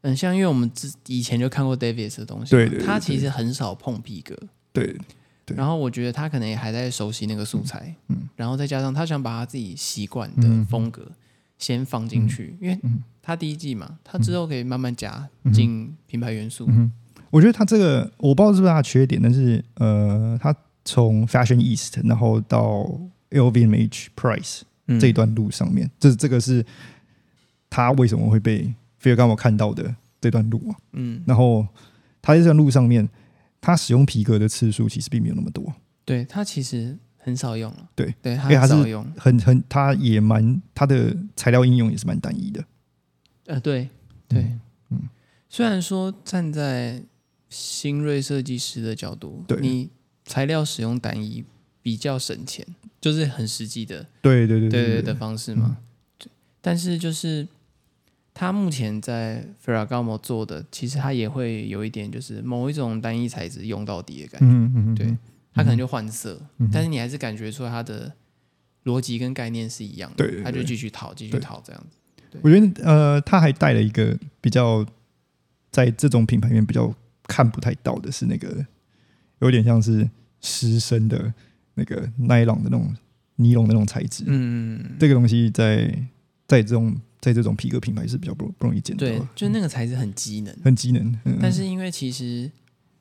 Speaker 2: 嗯，像因为我们之以前就看过 Davis 的东西嘛，
Speaker 1: 对对对
Speaker 2: 他其实很少碰皮革。
Speaker 1: 对，对
Speaker 2: 然后我觉得他可能也还在熟悉那个素材，
Speaker 1: 嗯嗯
Speaker 2: 然后再加上他想把他自己习惯的
Speaker 1: 嗯
Speaker 2: 风格先放进去，因为
Speaker 1: 嗯
Speaker 2: 他第一季嘛，他之后可以慢慢加进品牌元素。
Speaker 1: 嗯哼，我觉得他这个我不知道是不是他的缺点，但是呃，他从 Fashion East 然后到 LVMH Price
Speaker 2: 嗯
Speaker 1: 这一段路上面，这这个是他为什么会被菲尔甘我看到的这段路啊。
Speaker 2: 嗯，
Speaker 1: 然后他在这段路上面，他使用皮革的次数其实并没有那么多，
Speaker 2: 对他其实很少用了，
Speaker 1: 对，
Speaker 2: 对他
Speaker 1: 因为他
Speaker 2: 很
Speaker 1: 是
Speaker 2: 少用，
Speaker 1: 很很他也蛮他的材料应用也是蛮单一的。
Speaker 2: 呃，对对，嗯
Speaker 1: 嗯，嗯
Speaker 2: 虽然说站在新锐设计师的角度，
Speaker 1: 对
Speaker 2: 你材料使用单一比较省钱，就是很实际的，
Speaker 1: 对对对对
Speaker 2: 对
Speaker 1: 嗯
Speaker 2: 对的方式嘛。对但是就是他目前在 Ferragamo 做的，其实他也会有一点就是某一种单一材质用到底的感觉，
Speaker 1: 嗯嗯嗯，
Speaker 2: 对他可能就换色，
Speaker 1: 嗯
Speaker 2: 但是你还是感觉出它的逻辑跟概念是一样的，
Speaker 1: 对对对
Speaker 2: 他就继续套，继续
Speaker 1: 对
Speaker 2: 套这样子，
Speaker 1: 我觉得呃，他还带了一个比较在这种品牌里面比较看不太到的是那个有点像是湿身的那个耐浪的那种尼龙的那种材质，
Speaker 2: 嗯。
Speaker 1: 这个东西在在这种在这种皮革品牌是比较不不容易见到
Speaker 2: 对
Speaker 1: 的，，
Speaker 2: 就是那个材质很机能，
Speaker 1: 很机能，嗯、
Speaker 2: 但是因为其实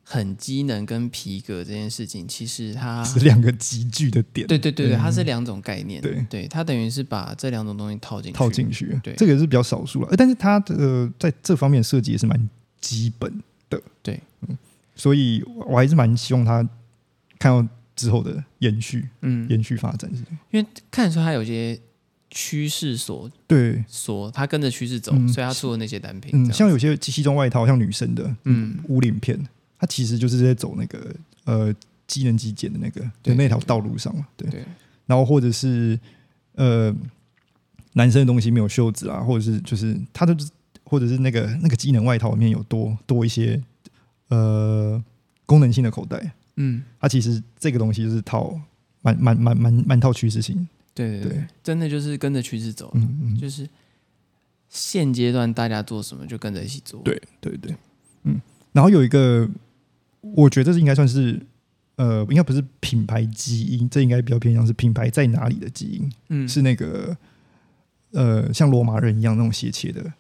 Speaker 2: 很机能跟皮革这件事情，其实它
Speaker 1: 是两个极具的点，
Speaker 2: 对对对对，
Speaker 1: 嗯
Speaker 2: 它是两种概念，
Speaker 1: 对
Speaker 2: 它等于是把这两种东西套进去
Speaker 1: 套，进去，
Speaker 2: 对
Speaker 1: 这个是比较少数了。呃但是它的、呃在这方面设计也是蛮基本的，
Speaker 2: 对
Speaker 1: 嗯，所以我还是蛮希望它看到之后的延续、
Speaker 2: 嗯，
Speaker 1: 延续发展是这样。
Speaker 2: 因为看得出它有些趋势所
Speaker 1: 对，
Speaker 2: 所，它跟着趋势走，
Speaker 1: 嗯
Speaker 2: 所以它出了那些单品，
Speaker 1: 嗯，
Speaker 2: 这样
Speaker 1: 像有些西装外套，像女生的
Speaker 2: 嗯，
Speaker 1: 无领片，它其实就是在走那个呃机能极简的那个
Speaker 2: 对
Speaker 1: 就那条道路上嘛，对。
Speaker 2: 对，
Speaker 1: 然后或者是呃男生的东西没有袖子啊，或者是就是他的或者是那个那个机能外套里面有多多一些呃功能性的口袋，
Speaker 2: 嗯，
Speaker 1: 它其实这个东西就是套蛮蛮蛮蛮蛮套趋势性，
Speaker 2: 对对对
Speaker 1: 对，
Speaker 2: 真的就是跟着趋势走，
Speaker 1: 嗯嗯，
Speaker 2: 就是现阶段大家做什么就跟着一起做。
Speaker 1: 对对对，嗯，然后有一个，我觉得这应该算是呃，应该不是品牌基因，这应该比较偏向是品牌在哪里的基因，
Speaker 2: 嗯，
Speaker 1: 是那个呃，像罗马人一样那种斜切的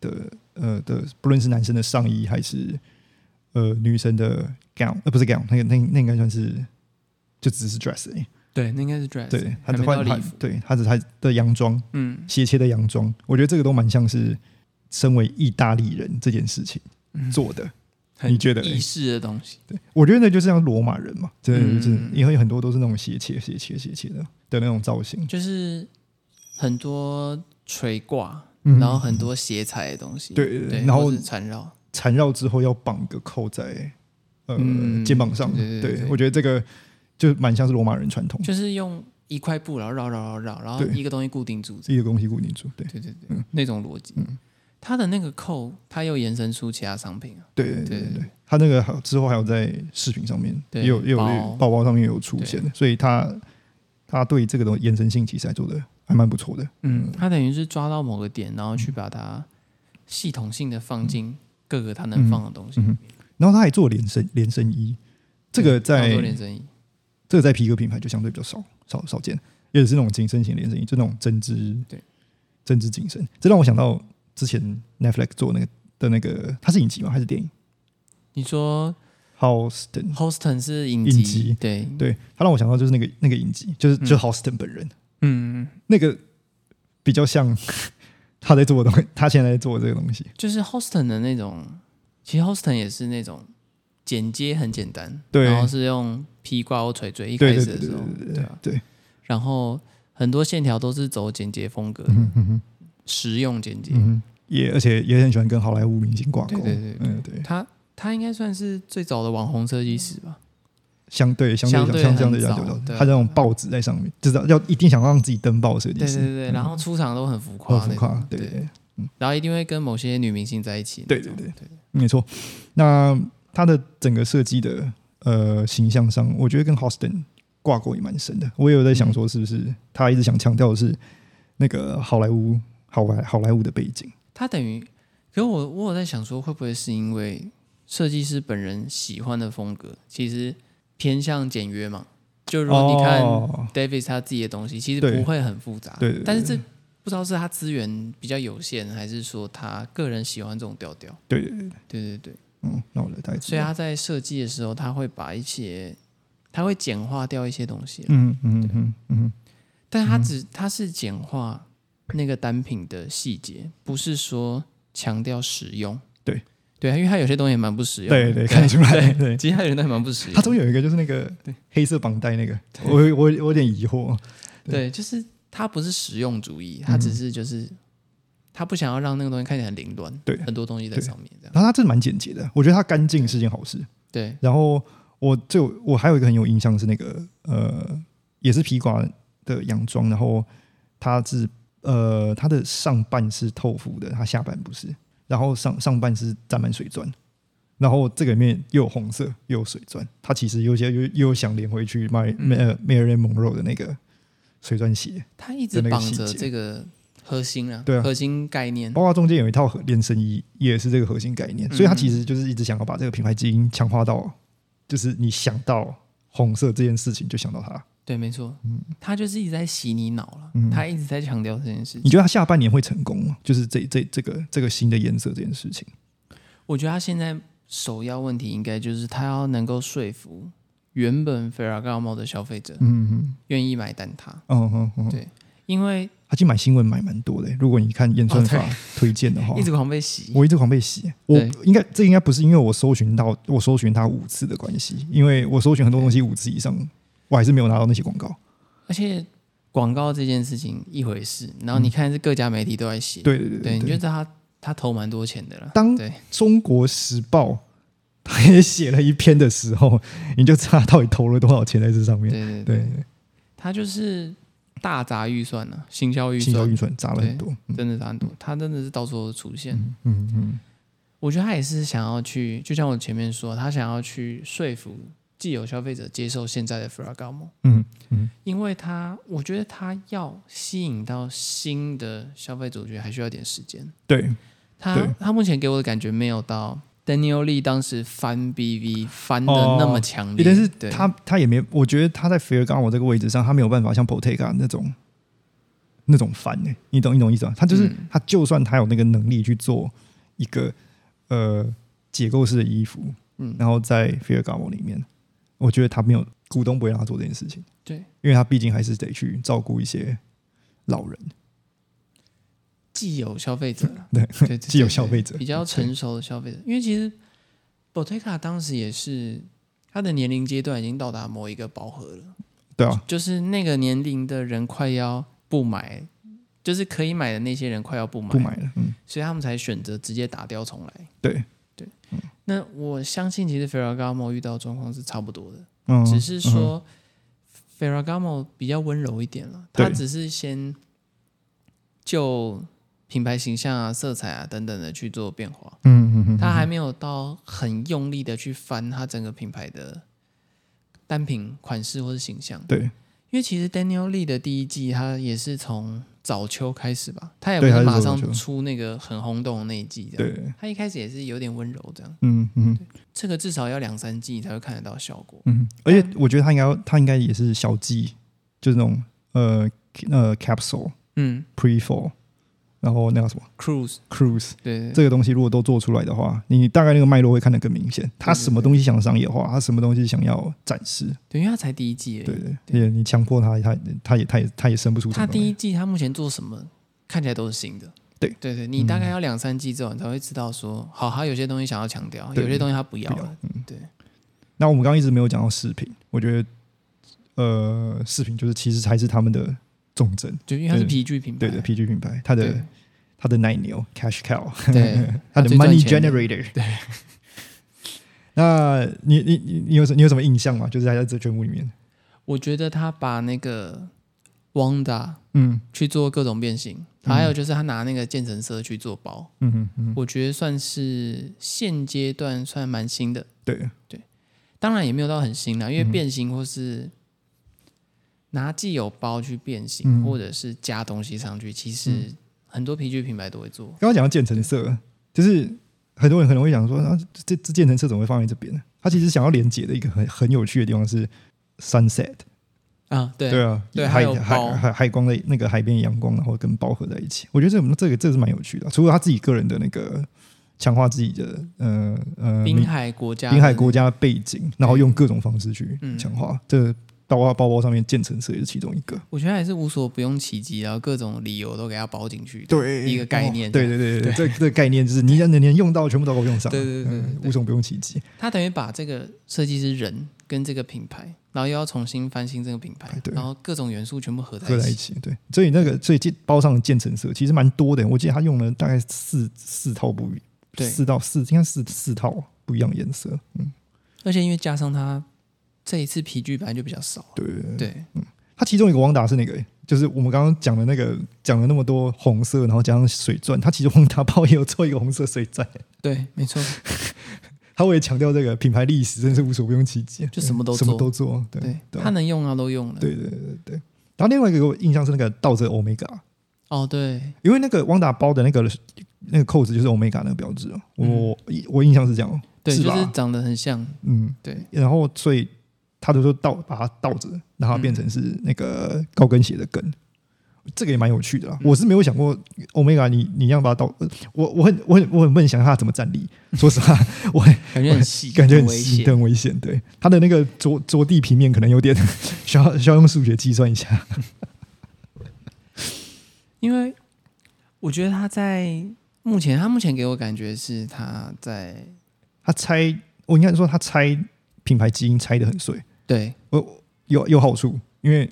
Speaker 1: 的呃的，不论是男生的上衣还是呃女生的 gown，呃不是 gown，那个那那应该算是就只是 dress，、已。
Speaker 2: 对，那应该是 dress，
Speaker 1: 对，他
Speaker 2: 还
Speaker 1: 只
Speaker 2: 没到
Speaker 1: 换
Speaker 2: 礼
Speaker 1: 他
Speaker 2: 服。
Speaker 1: 对他只他的洋装
Speaker 2: 嗯
Speaker 1: 斜切的洋装，我觉得这个都蛮像是身为意大利人这件事情
Speaker 2: 嗯，
Speaker 1: 做的。
Speaker 2: 很
Speaker 1: 你觉得嘞
Speaker 2: 意式的东西？
Speaker 1: 我觉得那就是像罗马人嘛，真的就是
Speaker 2: 嗯
Speaker 1: 因为很多都是那种斜切、斜切、斜切的的那种造型，
Speaker 2: 就是很多垂挂，
Speaker 1: 嗯
Speaker 2: 然后很多斜裁的东西，
Speaker 1: 对对
Speaker 2: 对，
Speaker 1: 然后
Speaker 2: 或是缠绕，
Speaker 1: 缠绕之后要绑一个扣在呃、
Speaker 2: 嗯
Speaker 1: 肩膀上。
Speaker 2: 对对对对
Speaker 1: 我觉得这个就蛮像是罗马人传统，
Speaker 2: 就是用一块布，然后绕绕绕绕，然后
Speaker 1: 对
Speaker 2: 一个东西固定住，
Speaker 1: 一个东西固定住。对
Speaker 2: 对对对，那种逻辑
Speaker 1: 嗯。
Speaker 2: 它的那个扣，它又延伸出其他商品啊，
Speaker 1: 对对对
Speaker 2: 对
Speaker 1: 对对，他那个还有之后还有在视频上面
Speaker 2: 对
Speaker 1: 也有也有
Speaker 2: 包
Speaker 1: 包包上面有出现，所以他他对这个东延伸性其实还做的还蛮不错的。
Speaker 2: 嗯，它等于是抓到某个点，然后去把它系统性的放进各个它能放的东西
Speaker 1: 嗯，哼，然后他还做连身连身衣，这个在
Speaker 2: 然后嗯做连身衣，
Speaker 1: 这个在皮革品牌就相对比较少少少见，也是那种紧身型连身衣，就那种针织
Speaker 2: 对
Speaker 1: 针织紧身。这让我想到之前 Netflix 做那个的那个，它是影集吗？还是电影
Speaker 2: 你说
Speaker 1: ？Houston，
Speaker 2: Houston 是影
Speaker 1: 影集
Speaker 2: 对，
Speaker 1: 对，它让我想到就是那个那个影集，就是就
Speaker 2: 嗯
Speaker 1: Houston 本人，
Speaker 2: 嗯，
Speaker 1: 那个比较像他在做的东西，他现在在做的这个东西。
Speaker 2: 就是 Houston 的那种，其实 Houston 也是那种剪接很简单，
Speaker 1: 对
Speaker 2: 然后是用披挂或垂坠，一开
Speaker 1: 对对
Speaker 2: 始
Speaker 1: 对
Speaker 2: 的
Speaker 1: 对
Speaker 2: 时候，
Speaker 1: 对
Speaker 2: 对
Speaker 1: 对
Speaker 2: 啊，
Speaker 1: 对，
Speaker 2: 然后很多线条都是走简洁风格的，
Speaker 1: 嗯哼哼
Speaker 2: 实用简洁。
Speaker 1: 嗯哼，也而且也很喜欢跟好莱坞明星挂钩，
Speaker 2: 对对对
Speaker 1: 嗯对，
Speaker 2: 他他应该算是最早的网红设计师吧？
Speaker 1: 相对相
Speaker 2: 相
Speaker 1: 对
Speaker 2: 对
Speaker 1: 相
Speaker 2: 很
Speaker 1: 相对
Speaker 2: 早
Speaker 1: 较久，
Speaker 2: 对
Speaker 1: 他那种报纸在上面，就是要一定想让自己登报的设计
Speaker 2: 对对
Speaker 1: 师，
Speaker 2: 对，然后出场都嗯很浮夸
Speaker 1: 很
Speaker 2: 那
Speaker 1: 浮夸
Speaker 2: 种，，
Speaker 1: 啊对对
Speaker 2: 然后一定会跟某些女明星在一起那
Speaker 1: 对
Speaker 2: 种。
Speaker 1: 对对，没错。那他的整个设计的呃形象上，我觉得跟 Houston 挂钩也蛮深的。我也有在想说，是不是他一直想强调的是那个好莱坞好莱好莱坞的背景？
Speaker 2: 他等于，可我我有在想说，会不会是因为设计师本人喜欢的风格，其实偏向简约嘛？就如果你看
Speaker 1: 哦
Speaker 2: Davis 他自己的东西，其实
Speaker 1: 对
Speaker 2: 不会很复杂。
Speaker 1: 对对对
Speaker 2: 但是这不知道是他资源比较有限，还是说他个人喜欢这种调调。
Speaker 1: 对对对，
Speaker 2: 对对对，
Speaker 1: 嗯，那我来大概知
Speaker 2: 所以
Speaker 1: 道，
Speaker 2: 他在设计的时候，他会把一些，他会简化掉一些东西啊。
Speaker 1: 嗯嗯嗯嗯
Speaker 2: 但它只它是简化那个单品的细节，不是说强调实用。
Speaker 1: 对
Speaker 2: 对，啊因为它有些东西也蛮不
Speaker 1: 嗯，
Speaker 2: 实用的。
Speaker 1: 对对，看得出来，对。
Speaker 2: 其实它有些东西蛮不实用
Speaker 1: 他
Speaker 2: 的。
Speaker 1: 中间有一个就是那个黑色绑带那个，我我我有点疑惑，
Speaker 2: 对，就是它不是实用主义，它
Speaker 1: 嗯
Speaker 2: 只是就是它不想要让那个东西看起来很凌乱，
Speaker 1: 对
Speaker 2: 很多东西在
Speaker 1: 对
Speaker 2: 上面这样。
Speaker 1: 然后他真的蛮简洁的，我觉得他干净是件好事。
Speaker 2: 对，
Speaker 1: 然后我就我还有一个很有印象是那个呃，也是披挂的洋装，然后它是呃它的上半是透肤的，它下半不是，然后上上半是沾满水钻，然后这个里面又有红色又有水钻，它其实有些又又想连回去卖梅呃梅尔蒙肉的那个水钻鞋，
Speaker 2: 它一直
Speaker 1: 的那个
Speaker 2: 绑
Speaker 1: 细
Speaker 2: 着
Speaker 1: 节
Speaker 2: 这个核心啊，
Speaker 1: 对啊
Speaker 2: 核心概念。
Speaker 1: 包括中间有一套连身衣，也是这个核心概念，所以他
Speaker 2: 嗯
Speaker 1: 其实就是一直想要把这个品牌基因强化到，就是你想到红色这件事情就想到它。
Speaker 2: 对，没错，它就是一直在洗你脑了
Speaker 1: 嗯，
Speaker 2: 它一直在强调这件事情
Speaker 1: 你。觉得他下半年会成功吗？就是这这这个这个新的颜色这件事情，
Speaker 2: 我觉得他现在首要问题应该就是他要能够说服原本 Ferragamo 的消费者
Speaker 1: 嗯
Speaker 2: 愿意买单它，
Speaker 1: 嗯嗯嗯，
Speaker 2: 对因为
Speaker 1: 他去买新闻买蛮多的。如果你看演算法推荐的话
Speaker 2: 一，直狂被洗。
Speaker 1: 哦我一直狂被洗。我
Speaker 2: 对
Speaker 1: 应该这应该不是因为我搜寻到我搜寻它五次的关系，因为我搜寻很多东西五次以上，我还是没有拿到那些广告。
Speaker 2: 而且广告这件事情一回事，然后你看是各家媒体都在洗，
Speaker 1: 嗯对对对
Speaker 2: 对，你就知道他他投蛮多钱的了。
Speaker 1: 当
Speaker 2: 对
Speaker 1: 中国时报他也写了一篇的时候，你就知道他到底投了多少钱在这上面。
Speaker 2: 对对对，
Speaker 1: 对，
Speaker 2: 他就是大砸预算了、行销预
Speaker 1: 行销
Speaker 2: 算
Speaker 1: 预算砸了很多。嗯
Speaker 2: 真的砸很多，他真的是到处都出现。
Speaker 1: 嗯嗯
Speaker 2: 我觉得他也是想要去，就像我前面说，他想要去说服，既有消费者接受现在的 Ferragamo，
Speaker 1: 嗯嗯
Speaker 2: 因为它我觉得它要吸引到新的消费者，我觉得还需要点时间。
Speaker 1: 对，
Speaker 2: 他
Speaker 1: 对
Speaker 2: 他目前给我的感觉没有到 Daniel Lee 当时翻 BV 翻的那么强烈，
Speaker 1: 但哦是
Speaker 2: 对
Speaker 1: 他他也没，我觉得他在菲尔刚我这个位置上，他没有办法像 Potega 那种那种烦呢、你懂你懂意思吗？他就是、
Speaker 2: 嗯
Speaker 1: 他，就算他有那个能力去做一个呃解构式的衣服，
Speaker 2: 嗯
Speaker 1: 然后在菲尔刚我里面，我觉得他没有股东不会让他做这件事情，
Speaker 2: 对，
Speaker 1: 因为他毕竟还是得去照顾一些老人，
Speaker 2: 既有消费者啦，
Speaker 1: [laughs] 对
Speaker 2: 对对，
Speaker 1: 既有
Speaker 2: 对
Speaker 1: 消费者
Speaker 2: 对比较成熟的消费者，因为其实 Bottega 当时也是他的年龄阶段已经到达某一个饱和了，
Speaker 1: 对 [laughs] 啊，
Speaker 2: 就是那个年龄的人快要不买，就是可以买的那些人快要不买，
Speaker 1: 不买了，嗯，
Speaker 2: 所以他们才选择直接打掉重来。
Speaker 1: 对，
Speaker 2: 那我相信，其实 Ferragamo 遇到的状况是差不多的，
Speaker 1: 嗯，
Speaker 2: 只是
Speaker 1: 嗯
Speaker 2: 说 Ferragamo 比较温柔一点了，
Speaker 1: 对
Speaker 2: 它只是先就品牌形象啊、色彩啊等等的去做变化，
Speaker 1: 嗯嗯嗯，
Speaker 2: 它还没有到很用力的去翻它整个品牌的单品款式或是形象。
Speaker 1: 对
Speaker 2: 因为其实 Daniel Lee 的第一季，它也是从早秋开始吧，它也不
Speaker 1: 对它
Speaker 2: 是
Speaker 1: 是
Speaker 2: 马
Speaker 1: 从
Speaker 2: 上
Speaker 1: 早秋
Speaker 2: 出那个很轰动的那一季的，
Speaker 1: 对，
Speaker 2: 它一开始也是有点温柔这样，
Speaker 1: 嗯嗯。
Speaker 2: 这个至少要两三季才会看得到效果。
Speaker 1: 嗯，而且我觉得他应该他应该也是小鸡，就是那种呃呃 capsule
Speaker 2: 嗯
Speaker 1: pre fall，然后那叫什么
Speaker 2: ，Cruise，
Speaker 1: cruise
Speaker 2: 对对对
Speaker 1: 这个东西，如果都做出来的话，你大概那个脉络会看得更明显。他什么东西想商业化，他什么东西想要展示，
Speaker 2: 对，因为它才第一季而已，
Speaker 1: 对对，而且你强迫他，他他也他也他也生不出什
Speaker 2: 它
Speaker 1: 么东
Speaker 2: 第一
Speaker 1: 西。
Speaker 2: 季它目前做什么，看起来都是新的。
Speaker 1: 对嗯
Speaker 2: 对对，你大概要两三季之后，你才会知道说，好，它有些东西想要强调，
Speaker 1: 对
Speaker 2: 有些东西它不要
Speaker 1: 不
Speaker 2: 了。
Speaker 1: 那我们刚刚一直没有讲到视频，我觉得呃视频就是其实才是他们的重镇，
Speaker 2: 就因为它是
Speaker 1: 对
Speaker 2: PG 品牌，
Speaker 1: 对的 PG 品牌，它的它的奶牛 cash cow。
Speaker 2: 对
Speaker 1: [laughs]
Speaker 2: 对
Speaker 1: 他的
Speaker 2: 最赚
Speaker 1: money
Speaker 2: 钱的
Speaker 1: generator。对。 [laughs] 那你你你你有什你有什么印象吗？就是他在这全部里面，
Speaker 2: 我觉得他把那个 Wanda
Speaker 1: 嗯
Speaker 2: 去做各种变形，还有就是他拿那个渐层色去做包，
Speaker 1: 嗯嗯，
Speaker 2: 我觉得算是现阶段算蛮新的，
Speaker 1: 对，
Speaker 2: 当然也没有到很新啦，因为变形或是拿既有包去变形，
Speaker 1: 嗯
Speaker 2: 或者是加东西上去，其实很多皮具品牌都会做。
Speaker 1: 刚刚讲到渐层色，就是很多人可能会想说，啊，这这渐层色怎么会放在这边呢？他其实想要连接的一个很很有趣的地方是 sunset，
Speaker 2: 啊，对，
Speaker 1: 对啊，
Speaker 2: 对还
Speaker 1: 海
Speaker 2: 有包
Speaker 1: 海海海光的那个海边阳光，然后跟包合在一起，我觉得这这个这个是蛮有
Speaker 2: 嗯
Speaker 1: 趣的。啊除了他自己个人的那个强化自己的呃呃
Speaker 2: 滨海啊国家，
Speaker 1: 滨海国，家背景，然后用各种方式去
Speaker 2: 嗯
Speaker 1: 强化。这包括包包上面渐层色也是其中一个，
Speaker 2: 我觉得还是无所不用其极，然后各种理由都给它包进去。
Speaker 1: 对
Speaker 2: 一个概念
Speaker 1: 对对对对，这这个概念就是你能能用到，全部都给我用上。
Speaker 2: 对对对对
Speaker 1: 嗯
Speaker 2: 对
Speaker 1: 无所不用其极。
Speaker 2: 他等于把这个设计师人跟这个品牌，然后又要重新翻新这个品牌，
Speaker 1: 哎对
Speaker 2: 然后各种元素全部合在
Speaker 1: 合
Speaker 2: 一
Speaker 1: 在一
Speaker 2: 起。
Speaker 1: 起，对，所以那个所以渐包上的渐层色其实蛮多的，我记得他用了大概四四套不
Speaker 2: 对
Speaker 1: 四到四应该是四套不一样颜色，嗯，
Speaker 2: 而且因为加上它这一次皮具本来就比较少，
Speaker 1: 对
Speaker 2: 对，
Speaker 1: 它其中一个汪达是那个，就是我们刚刚讲的那个，讲了那么多红色，然后加上水钻，它其实汪达包也有做一个红色水钻， [laughs]
Speaker 2: 对，没错，
Speaker 1: 他为了强调这个品牌历史，真是无所不用其极，
Speaker 2: 就什么都
Speaker 1: 什么
Speaker 2: 做
Speaker 1: 都做。对
Speaker 2: 对，
Speaker 1: 对
Speaker 2: 他能用啊都用了。
Speaker 1: 对对对对对。然后另外一个给我印象是那个道泽 Omega，
Speaker 2: 哦，对，
Speaker 1: 因为那个汪达包的那个那个扣子就是 Omega 那个标志哦，我、
Speaker 2: 嗯
Speaker 1: 我印象是这样哦，
Speaker 2: 对，
Speaker 1: 是
Speaker 2: 就
Speaker 1: 吧？
Speaker 2: 是长得很像，
Speaker 1: 嗯，
Speaker 2: 对。
Speaker 1: 然后所以他就说倒把它倒着，让它变成是那个高跟鞋的跟。这个也蛮有趣的啦，
Speaker 2: 嗯
Speaker 1: 我是没有想过 Omega 你你一样把它倒，呃我我很我很我很笨，想它怎么站立。 [laughs] 说实话，我很
Speaker 2: 感觉很细，
Speaker 1: [laughs] 感觉很
Speaker 2: 危
Speaker 1: 细，
Speaker 2: 险。
Speaker 1: 对很危险。对，它的那个着着地平面可能有点 [laughs] 需要需要用数学计算一下。
Speaker 2: 因为我觉得他在目前，他目前给我感觉是他在
Speaker 1: 他拆，我应该说他拆品牌基因拆的很碎，
Speaker 2: 对
Speaker 1: 我有有好处，因为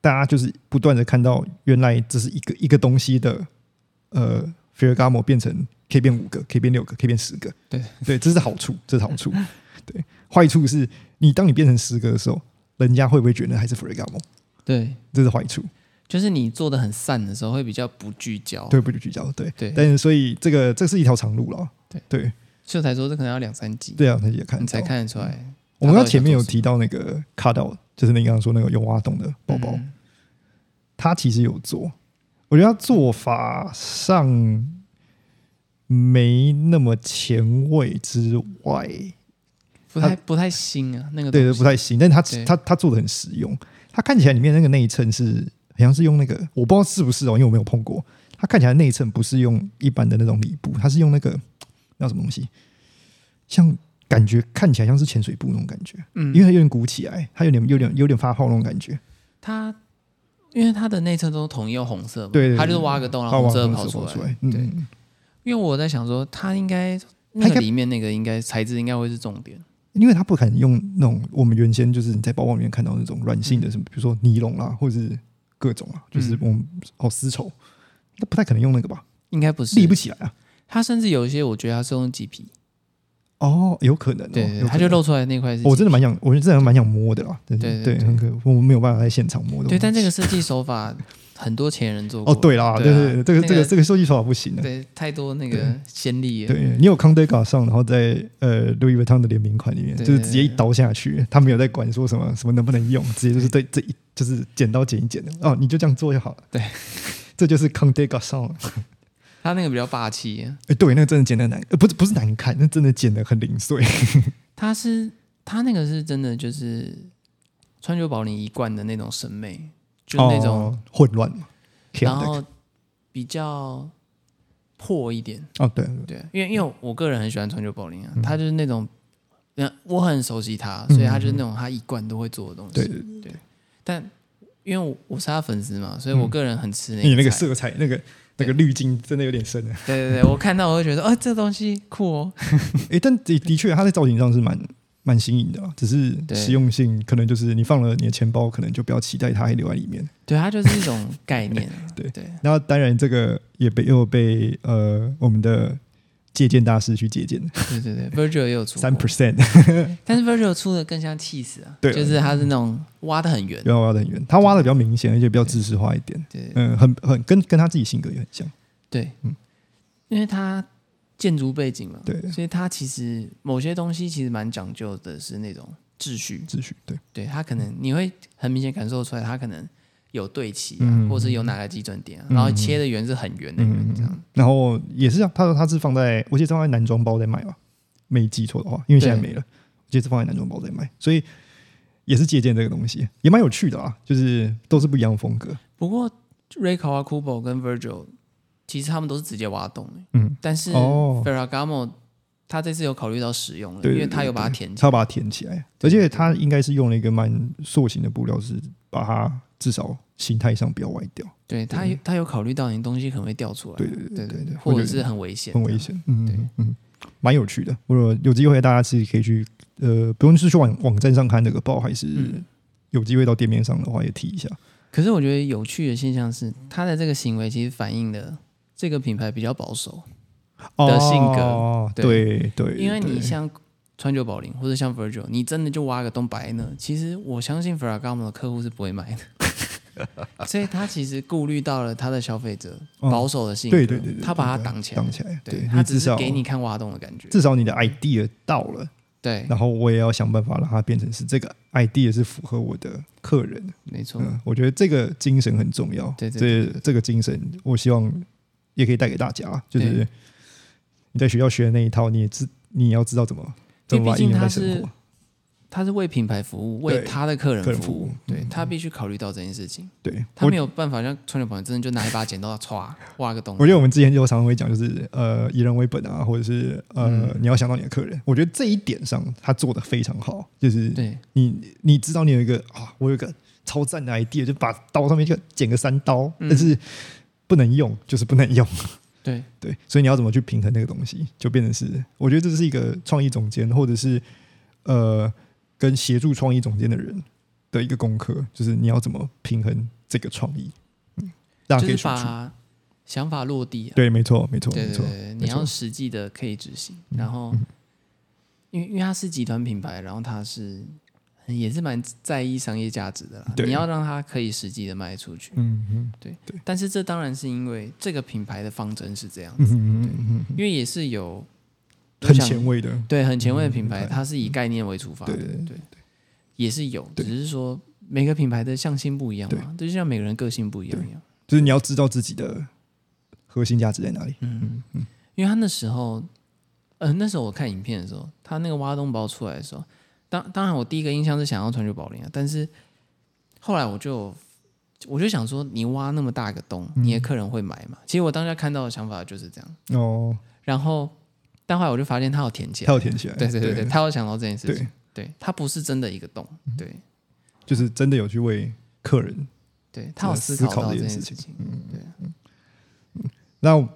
Speaker 1: 大家就是不断的看到原来这是一个一个东西的，呃 f e r r a g a m o 变成可以变五个，可以变六个，可以变十个。
Speaker 2: 对
Speaker 1: 对，这是好处，这是好处。对，坏处是你当你变成十个的时候，人家会不会觉得还是 f e r r a g a m o
Speaker 2: 对，
Speaker 1: 这是坏处。
Speaker 2: 就是你做的很散的时候会比较不聚焦，
Speaker 1: 对，不聚焦，对
Speaker 2: 哦对
Speaker 1: 但是所以这个这是一条长路了，
Speaker 2: 对
Speaker 1: 对
Speaker 2: 所以我才说这可能要两三集
Speaker 1: 对啊，那也看得
Speaker 2: 你才
Speaker 1: 到，
Speaker 2: 看得出来
Speaker 1: 我们刚前面有提到那个卡到，就是你刚刚说那个有挖洞的包包，
Speaker 2: 嗯
Speaker 1: 他其实有做，我觉得他做法上没那么前卫之外，
Speaker 2: 不太不太新啊，那个
Speaker 1: 对对
Speaker 2: 东西
Speaker 1: 不太行，但他
Speaker 2: 对
Speaker 1: 他他做的很实用，他看起来里面那个内衬是好像是用那个我不知道是不是哦，因为我没有碰过，他看起来内衬不是用一般的那种里布，他是用那个那什么东西，像感觉看起来像是潜水布那种感觉，
Speaker 2: 嗯，
Speaker 1: 因为它有点鼓起来，它有点有点有点发泡那种感觉，
Speaker 2: 它因为它的内侧都统一用红色嘛，
Speaker 1: 对对对
Speaker 2: 它就是挖个洞，然
Speaker 1: 它
Speaker 2: 后
Speaker 1: 往
Speaker 2: 哦红色
Speaker 1: 上
Speaker 2: 跑
Speaker 1: 出
Speaker 2: 出来。
Speaker 1: 嗯，
Speaker 2: 对
Speaker 1: 嗯
Speaker 2: 因为我在想说，它应该
Speaker 1: 它
Speaker 2: 那
Speaker 1: 应该
Speaker 2: 个里面那个应该材质应该会是重点，
Speaker 1: 因为它不肯用那种我们原先就是你在包包里面看到那种软
Speaker 2: 嗯
Speaker 1: 性的什么，比如说尼龙啊啦，或者是各种啊，就是我们哦丝绸，那不太可能用那个吧，
Speaker 2: 应该不是
Speaker 1: 立不起来啊。
Speaker 2: 它甚至有一些我觉得它是用麂皮，
Speaker 1: 哦，有可能哦，
Speaker 2: 对，
Speaker 1: 有可能
Speaker 2: 它就露出来那块是
Speaker 1: 我真的蛮想，我真的蛮想摸的啦，对
Speaker 2: 对
Speaker 1: 对
Speaker 2: 对
Speaker 1: 很可，我没有办法在现场摸的。
Speaker 2: 对，但这个设计手法很多前人做过
Speaker 1: 哦，对啦，对
Speaker 2: 对
Speaker 1: 对，对这个这个
Speaker 2: 这
Speaker 1: 这个设计手法不行的。
Speaker 2: 对太多那
Speaker 1: 对
Speaker 2: 个先例了，
Speaker 1: 对你有康德嘎上，然后在呃 Louis Vuitton 的联名款里面，
Speaker 2: 对
Speaker 1: 就是直接一刀下去，他没有在管说什么什么能不能用，直接就是对这一就是剪刀剪一剪的哦，你就这样做就好了。
Speaker 2: 对，
Speaker 1: [laughs] 这就是康德嘎上。
Speaker 2: 它那个比较霸气，
Speaker 1: 哎，对，那个真的剪的难，呃不是不是难看，那真的剪的很零碎。
Speaker 2: 他是他那个是真的就是川久保玲一贯的那种审美，就那种，
Speaker 1: 哦、混乱嘛。
Speaker 2: 然
Speaker 1: chaotic
Speaker 2: 后比较破一点，
Speaker 1: 哦，对，嗯
Speaker 2: 对，因为因为我个人很喜欢川久保玲啊，他就是那种，那我很熟悉他，所以他就是那种他一贯都会做的东西，
Speaker 1: 对对
Speaker 2: 但。因为我我是他粉丝嘛，所以我个人很吃那个、
Speaker 1: 嗯你那个，色彩，那个那个滤镜真的有点 [laughs] 深啊。
Speaker 2: 对对对，我看到我就觉得，哦，这东西酷哦，
Speaker 1: 诶，但的的确，它在造型上是蛮蛮新颖的啊，只是
Speaker 2: 对
Speaker 1: 实用性可能就是你放了你的钱包，可能就不要期待它还留在里面。
Speaker 2: 对，它就是一种概念啊
Speaker 1: [laughs] ，对
Speaker 2: 对，
Speaker 1: 那当然，这个也被又被呃我们的借鉴大师去借鉴，
Speaker 2: 对对对，Virgil 也有出过
Speaker 1: 三 percent
Speaker 2: 但是 Virgil 出的更像 Cheese 啊，
Speaker 1: 对啊
Speaker 2: 就是它是那种挖的很远
Speaker 1: 不，要挖的很远，他挖的比较明显，而且比较知识化一点。
Speaker 2: 对
Speaker 1: 嗯，很很跟跟他自己性格也很像。
Speaker 2: 对，
Speaker 1: 嗯
Speaker 2: 因为它建筑背景嘛，
Speaker 1: 对
Speaker 2: 所以它其实某些东西其实蛮讲究的是那种秩序，
Speaker 1: 秩序对，
Speaker 2: 对它可
Speaker 1: 嗯
Speaker 2: 能你会很明显感受出来，它可能有对齐、啊，
Speaker 1: 嗯
Speaker 2: 或者是有哪个基准点、啊，
Speaker 1: 嗯
Speaker 2: 然后切的圆是很圆的圆这样，
Speaker 1: 然后也是啊，他说他是放在，我记得是放在男装包在卖啊吧，没记错的话，因为现在
Speaker 2: 对
Speaker 1: 没了，我记得是放在男装包在卖，所以也是借鉴这个东西，也蛮有趣的啊，就是都是不一样的风格。
Speaker 2: 不过 Ray Kawakubo 跟 Virgil 其实他们都是直接挖洞的、欸
Speaker 1: 嗯，
Speaker 2: 但是
Speaker 1: 哦
Speaker 2: Ferragamo 他这次有考虑到使用了，
Speaker 1: 对对
Speaker 2: 因为他
Speaker 1: 对
Speaker 2: 有把它
Speaker 1: 对
Speaker 2: 填起来。
Speaker 1: 他要把它填起来，而
Speaker 2: 对
Speaker 1: 且他应该是用了一个蛮塑形的布料，是把它至少形态上不要歪掉。
Speaker 2: 对他有他有考虑到你东西可能会掉出来，啊
Speaker 1: 对对对
Speaker 2: 对
Speaker 1: 对对，
Speaker 2: 或
Speaker 1: 我
Speaker 2: 者
Speaker 1: 觉得
Speaker 2: 是很危险，
Speaker 1: 很危。险。
Speaker 2: 对
Speaker 1: 嗯嗯，蛮有趣的。如果有机会，大家自己可以去呃，不论是去网网站上看那个包，还是
Speaker 2: 嗯
Speaker 1: 有机会到店面上的话，也提一下。
Speaker 2: 可是我觉得有趣的现象是，他的这个行为其实反映了这个品牌比较保守，的性格
Speaker 1: 哦对
Speaker 2: 对
Speaker 1: 对，
Speaker 2: 因为
Speaker 1: 对
Speaker 2: 你像川久保玲或者像 Virgil，你真的就挖个洞白呢，其实我相信 Ferragamo 的客户是不会买的， [laughs] 所以他其实顾虑到了他的消费者
Speaker 1: 嗯
Speaker 2: 保守的性格，
Speaker 1: 对对对对，
Speaker 2: 他把它
Speaker 1: 对
Speaker 2: 挡起来
Speaker 1: 挡，起来，
Speaker 2: 对
Speaker 1: 对
Speaker 2: 他
Speaker 1: 你
Speaker 2: 只
Speaker 1: 至
Speaker 2: 是
Speaker 1: 少
Speaker 2: 给你看挖洞的感觉，
Speaker 1: 至少你的 idea 到了，
Speaker 2: 对，
Speaker 1: 然后我也要想办法让它变成是这个 idea 是符合我的客人的。
Speaker 2: 没错，
Speaker 1: 嗯，我觉得这个精神很重要。
Speaker 2: 对对
Speaker 1: 这这个精神，我希望也可以带给大家，就是
Speaker 2: 对
Speaker 1: 你在学校学的那一套，你也知，你也要知道怎么怎么把它应
Speaker 2: 因为毕竟
Speaker 1: 用在
Speaker 2: 它
Speaker 1: 生活
Speaker 2: 是。他是为品牌服务，
Speaker 1: 对
Speaker 2: 为他的客人
Speaker 1: 客人
Speaker 2: 服
Speaker 1: 服务嗯
Speaker 2: 务，对他必须考虑到这件事情。
Speaker 1: 对，
Speaker 2: 他
Speaker 1: 我
Speaker 2: 没有办法像川久保玲真的就拿一把剪刀歘挖个洞
Speaker 1: 我。觉得我们之前就常常会讲，就是呃以人为本啊，或者是呃、
Speaker 2: 嗯
Speaker 1: 你要想到你的客人。我觉得这一点上他做的非常好，就是
Speaker 2: 对
Speaker 1: 你你知道你有一个啊，我有一个超赞的 idea，就把刀上面就剪个三刀，
Speaker 2: 嗯
Speaker 1: 但是不能用，就是不能用。
Speaker 2: 对
Speaker 1: 对，所以你要怎么去平衡那个东西，就变成是，我觉得这是一个创意总监或者是呃跟协助创意总监的人的一个功课，就是你要怎么平衡这个创意，嗯，大家
Speaker 2: 就
Speaker 1: 可以
Speaker 2: 是
Speaker 1: 选出。
Speaker 2: 把想法落地、啊。
Speaker 1: 对，没错，没错，
Speaker 2: 对
Speaker 1: 没
Speaker 2: 对
Speaker 1: 错嗯
Speaker 2: 对，对，
Speaker 1: 没
Speaker 2: 你
Speaker 1: 错
Speaker 2: 要实际的可以执行。然后，因为因为它是集团品牌，然后它是也是蛮在意商业价值的啦。
Speaker 1: 对
Speaker 2: 你要让它可以实际的卖出去。
Speaker 1: 嗯嗯
Speaker 2: 但是这当然是因为这个品牌的方针是这样
Speaker 1: 嗯嗯嗯嗯嗯，
Speaker 2: 因为也是有我
Speaker 1: 很
Speaker 2: 想
Speaker 1: 前卫的，
Speaker 2: 对，很前卫的品
Speaker 1: 嗯
Speaker 2: 牌，
Speaker 1: 品牌
Speaker 2: 它是以概念为出发的，
Speaker 1: 对对
Speaker 2: 对，也是有，只
Speaker 1: 对
Speaker 2: 是说每个品牌的向心不一样
Speaker 1: 对
Speaker 2: 嘛，就像每个人个性不一样一样。
Speaker 1: 就是你要知道自己的核心价值在哪里。
Speaker 2: 嗯，因为他那时候，呃，那时候我看影片的时候，他那个挖洞包出来的时候，当当然我第一个印象是想要川久保玲啊，但是后来我就我就想说，你挖那么大个洞，
Speaker 1: 嗯
Speaker 2: 你的客人会买吗？其实我当下看到的想法就是这样，
Speaker 1: 哦，
Speaker 2: 然后但后来我就发现他有填起
Speaker 1: 他
Speaker 2: 来，
Speaker 1: 要填起来，
Speaker 2: 对对对
Speaker 1: 对
Speaker 2: 对，他有想到这件事情
Speaker 1: 对，，嗯
Speaker 2: 对他不是真的一个洞，对
Speaker 1: 就是真的有去为客人。
Speaker 2: 对，他有思
Speaker 1: 思
Speaker 2: 考
Speaker 1: 考
Speaker 2: 到
Speaker 1: 这
Speaker 2: 这
Speaker 1: 件
Speaker 2: 件
Speaker 1: 事
Speaker 2: 事
Speaker 1: 情嗯
Speaker 2: 情，对啊
Speaker 1: 那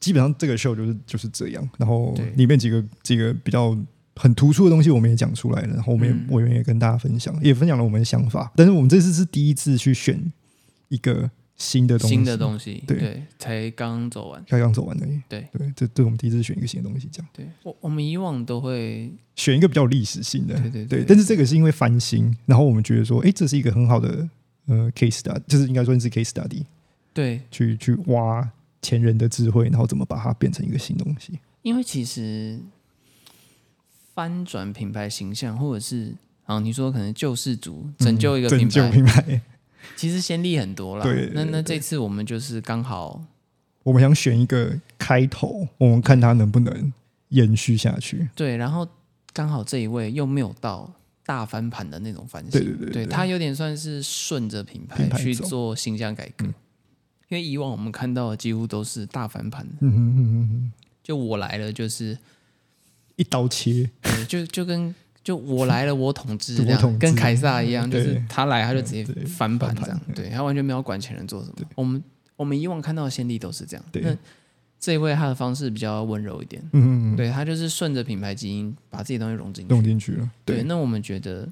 Speaker 1: 基本上这个秀就是就是这样，然后
Speaker 2: 对
Speaker 1: 里面几个几个比较很突出的东西我们也讲出来了，然后我们也、
Speaker 2: 嗯
Speaker 1: 我们也跟大家分享，也分享了我们的想法。但是我们这次是第一次去选一个新的东西，
Speaker 2: 新的东西，
Speaker 1: 对
Speaker 2: 对，才刚走完。
Speaker 1: 才刚走完而已。
Speaker 2: 对
Speaker 1: 对，这这我们第一次选一个新的东西讲。
Speaker 2: 对我，我们以往都会
Speaker 1: 选一个比较有历史性的，
Speaker 2: 对对对
Speaker 1: 但是这个是因为翻新，然后我们觉得说，哎，这是一个很好的呃 case study，就是应该说是 case study，
Speaker 2: 对
Speaker 1: 去去挖前人的智慧，然后怎么把它变成一个新东西。
Speaker 2: 因为其实翻转品牌形象，或者是啊，你说可能救世主拯救一个
Speaker 1: 嗯
Speaker 2: 品
Speaker 1: 拯
Speaker 2: 牌，
Speaker 1: 救品牌。
Speaker 2: 其实先例很多啦。
Speaker 1: 对
Speaker 2: 那
Speaker 1: 对对
Speaker 2: 那这次我们就是刚好，
Speaker 1: 我们想选一个开头，我们看它能不能延续下去。
Speaker 2: 对，然后刚好这一位又没有到大翻盘的那种翻新，
Speaker 1: 对对对对
Speaker 2: 他有点算是顺着品牌
Speaker 1: 品牌
Speaker 2: 去
Speaker 1: 走嗯
Speaker 2: 做形象改革。因为以往我们看到的几乎都是大翻盘，
Speaker 1: 嗯哼哼哼哼，
Speaker 2: 就我来了就是，
Speaker 1: 一刀切，
Speaker 2: 呃就就跟就我来了我统治
Speaker 1: 我
Speaker 2: 这样，
Speaker 1: 统
Speaker 2: 跟
Speaker 1: 治
Speaker 2: 凯撒一样，就
Speaker 1: 对
Speaker 2: 是他来他就直接
Speaker 1: 对
Speaker 2: 翻盘
Speaker 1: 翻
Speaker 2: 这
Speaker 1: 盘
Speaker 2: 样，对他完全没有管前人做什么。我们我们以往看到的先例都是这样，
Speaker 1: 对
Speaker 2: 那这一位他的方式比较温柔一点，
Speaker 1: 嗯嗯，
Speaker 2: 对他就是顺着品牌基因把自己东西融进去。
Speaker 1: 弄进去了，
Speaker 2: 对，
Speaker 1: 对，
Speaker 2: 那我们觉得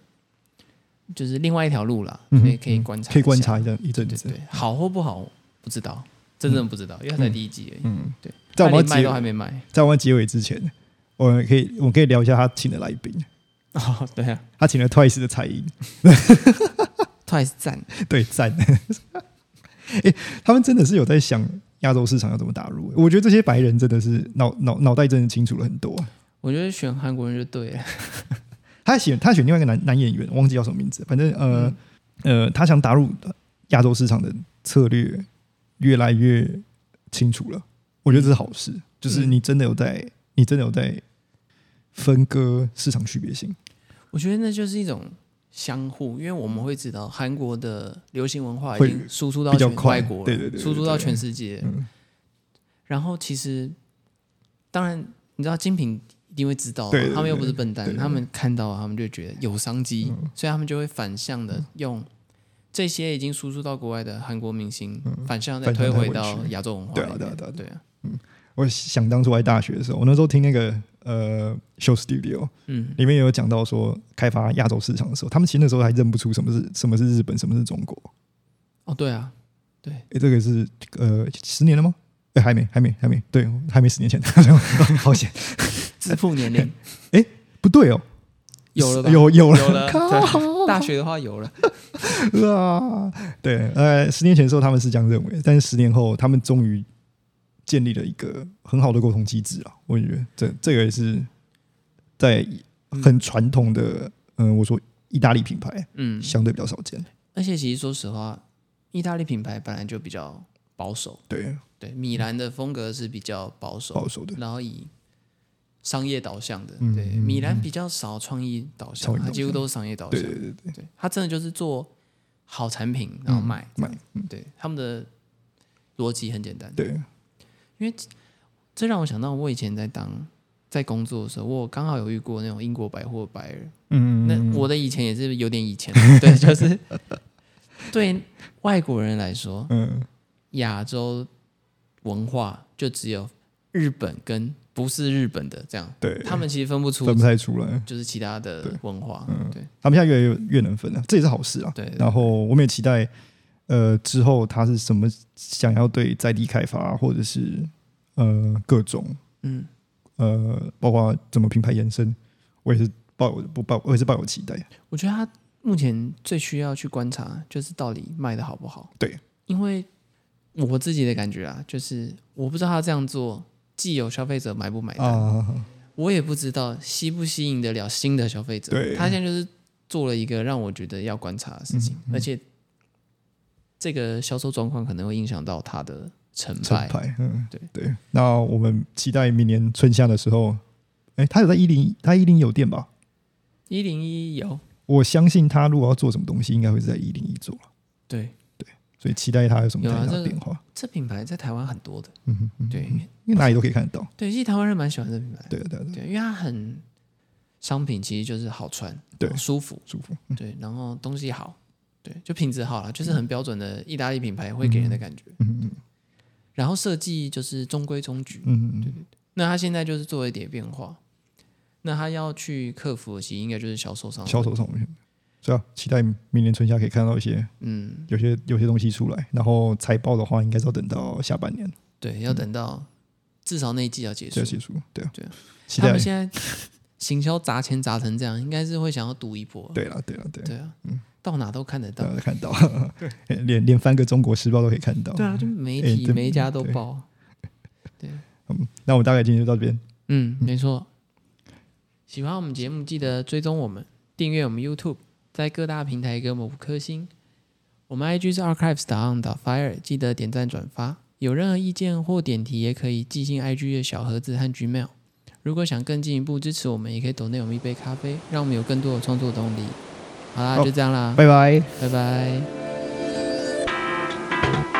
Speaker 2: 就是另外一条路啦，
Speaker 1: 嗯
Speaker 2: 所
Speaker 1: 哼
Speaker 2: 以可以观察，
Speaker 1: 可以观，察一阵一阵
Speaker 2: 对
Speaker 1: 子。
Speaker 2: 对，好或不好不知道，真正不知道，因为他才第一集而已，
Speaker 1: 嗯，
Speaker 2: 对，
Speaker 1: 在我
Speaker 2: 他
Speaker 1: 们
Speaker 2: 连卖
Speaker 1: 结
Speaker 2: 都还
Speaker 1: [laughs]
Speaker 2: 没卖。
Speaker 1: 在我们结尾之前，我们可以我们可以聊一下他请的来宾，
Speaker 2: 哦，对啊
Speaker 1: 他请了 Twice 的蔡依，
Speaker 2: ，Twice 赞，
Speaker 1: [laughs] 对，赞。 [laughs] 哎、他们真的是有在想亚洲市场要怎么打入、我觉得这些白人真的是脑脑脑袋真的清楚了很多、啊。
Speaker 2: 我觉得选韩国人就对了。
Speaker 1: 他选他选另外一个男男演员，忘记叫什么名字，反正呃、呃，他想打入亚洲市场的策略越来越清楚了。我觉得这是好事，就是你真的有在，你真的有在分割市场区别性。
Speaker 2: 我觉得那就是一种相互，因为我们会知道韩国的流行文化已
Speaker 1: 会
Speaker 2: 经输出到
Speaker 1: 比较
Speaker 2: 全
Speaker 1: 快
Speaker 2: 外国了，
Speaker 1: 对对对对对
Speaker 2: 输出到全世界。
Speaker 1: 嗯
Speaker 2: 然后其实，当然你知道精品一定会知道啊，
Speaker 1: 对对对
Speaker 2: 他们又不是笨蛋，
Speaker 1: 对对对嗯
Speaker 2: 他们看到他们就觉得有商机，所以他们就会反向的用这些已经输出到国外的韩国明星，反向再
Speaker 1: 嗯反向
Speaker 2: 推
Speaker 1: 再
Speaker 2: 回
Speaker 1: 回
Speaker 2: 到
Speaker 1: 去
Speaker 2: 亚洲文化
Speaker 1: 对啊
Speaker 2: 里面。
Speaker 1: 对啊对啊
Speaker 2: 对啊，
Speaker 1: 我想当初在大学的时候，我那时候听那个呃 Show Studio
Speaker 2: 嗯，
Speaker 1: 里面有讲到说，开发亚洲市场的时候，他们其实那时候还认不出什么是什么是日本，什么是中国。
Speaker 2: 哦，对啊，
Speaker 1: 诶，这个是呃十年了吗？诶，还没，还没，还没，对，还没十年前， [laughs] 好险，
Speaker 2: 自负年龄
Speaker 1: 不对哦，
Speaker 2: 有了吧？
Speaker 1: [laughs] 有有
Speaker 2: 有
Speaker 1: 了， [laughs]
Speaker 2: 了，对，大学的话有了，
Speaker 1: 啊，对，呃，十年前的时候他们是这样认为，但是十年后他们终于建立了一个很好的沟通机制啊，我觉得这这个也是在很传统的，嗯、我说意大利品牌
Speaker 2: 嗯，
Speaker 1: 相对比较少见，
Speaker 2: 而且其实说实话，意大利品牌本来就比较保守，
Speaker 1: 对，
Speaker 2: 对米兰的风格是比较保守，
Speaker 1: 保守的，
Speaker 2: 然后以商业导向的，
Speaker 1: 哦嗯
Speaker 2: 对
Speaker 1: 嗯
Speaker 2: 米兰比较少创意导向
Speaker 1: 创，意导
Speaker 2: 它
Speaker 1: 向
Speaker 2: 几乎都是商业导
Speaker 1: 对
Speaker 2: 向，
Speaker 1: 对对嗯对，
Speaker 2: 对它真的就是做好产品然后卖，
Speaker 1: 买
Speaker 2: 对他们的逻辑很简单，
Speaker 1: 对，
Speaker 2: 这让我想到我以前在当。在工作的时候，我刚好有遇过那种英国百货白人，
Speaker 1: 嗯，
Speaker 2: 那我的以前也是有点以前，对，就是 [laughs] 对外国人来说，
Speaker 1: 嗯。
Speaker 2: 亚洲文化就只有日本跟不是日本的这样，
Speaker 1: 对，
Speaker 2: 他们其实分不出
Speaker 1: 分不太出来。
Speaker 2: 就是其他的文化，对
Speaker 1: 他们现在越来越越能分了、这也是好事啊。
Speaker 2: 对对
Speaker 1: 然后我们也期待，呃，之后他是什么想要对在地开发，或者是呃各种
Speaker 2: 嗯，
Speaker 1: 呃，包括怎么品牌延伸，我也是抱有不抱，我也是抱有期待。
Speaker 2: 我觉得他目前最需要去观察就是到底卖的好不好，
Speaker 1: 对，
Speaker 2: 因为我自己的感觉啊，就是我不知道他这样做既有消费者买不买单，
Speaker 1: 啊，
Speaker 2: 我也不知道吸不吸引得了新的消费者。
Speaker 1: 对嗯
Speaker 2: 他现在就是做了一个让我觉得要观察的事情，而且这个销售状况可能会影响到他的成
Speaker 1: 成
Speaker 2: 败。
Speaker 1: 败，嗯，
Speaker 2: 对
Speaker 1: 对。那我们期待明年春夏的时候，哎，他有在一零，他一零有店吧？
Speaker 2: 一零一有
Speaker 1: 我相信他如果要做什么东西，应该会是在一零一做，
Speaker 2: 对，
Speaker 1: 所以期待他有什么
Speaker 2: 有啊
Speaker 1: 太大
Speaker 2: 这
Speaker 1: 的
Speaker 2: 个
Speaker 1: 变化。
Speaker 2: 这品牌在台湾很多的，
Speaker 1: 嗯哼嗯，
Speaker 2: 对、
Speaker 1: 因为哪里都可以看得到。
Speaker 2: 对，其实台湾人蛮喜欢这品牌的，
Speaker 1: 对啊对对，
Speaker 2: 对，因为它很商品其实就是好穿，
Speaker 1: 对嗯
Speaker 2: 舒服，
Speaker 1: 舒服。
Speaker 2: 对，然后东西好，对，就品质好了，就是很标准的意大利品牌会给人的感觉。
Speaker 1: 嗯嗯
Speaker 2: 然后设计就是中规中矩。
Speaker 1: 嗯嗯嗯，
Speaker 2: 那他现在就是做了一点变化，那他要去克服的其实应该就是销售上的，
Speaker 1: 销售上面，所以啊，期待明年春夏可以看到一些
Speaker 2: 嗯，
Speaker 1: 有些有些东西出来。然后财报的话，应该是要等到下半年
Speaker 2: 对，要等到至少那一季要结束
Speaker 1: 才要。结束。嗯对啊，
Speaker 2: 对啊
Speaker 1: 期
Speaker 2: 他
Speaker 1: 待
Speaker 2: 们。现在行销砸钱砸成这样，应该是会想要赌一波。
Speaker 1: 对了对了对嗯呃啦，
Speaker 2: 对啊，到哪都看得到
Speaker 1: 大。家看到， [laughs] 对，连连翻个中国时报都可以看到。
Speaker 2: 对啊，就媒
Speaker 1: 哎
Speaker 2: 体
Speaker 1: 这
Speaker 2: 每一家都
Speaker 1: 对
Speaker 2: 报。
Speaker 1: 嗯，那我们大概今天就到这边。
Speaker 2: 嗯，没错。喜欢我们节目，记得追踪我们，订阅我们 YouTube，在各大平台给我们五颗星。我们 IG 是 archives on the fire，记得点赞转发。有任何意见或点题，也可以寄信 IG 的小盒子和 Gmail。如果想更进一步支持我们，也可以 donate 我们一杯咖啡，让我们有更多的创作动力。好啦，
Speaker 1: 好
Speaker 2: 就这样啦，
Speaker 1: 拜拜。
Speaker 2: 拜拜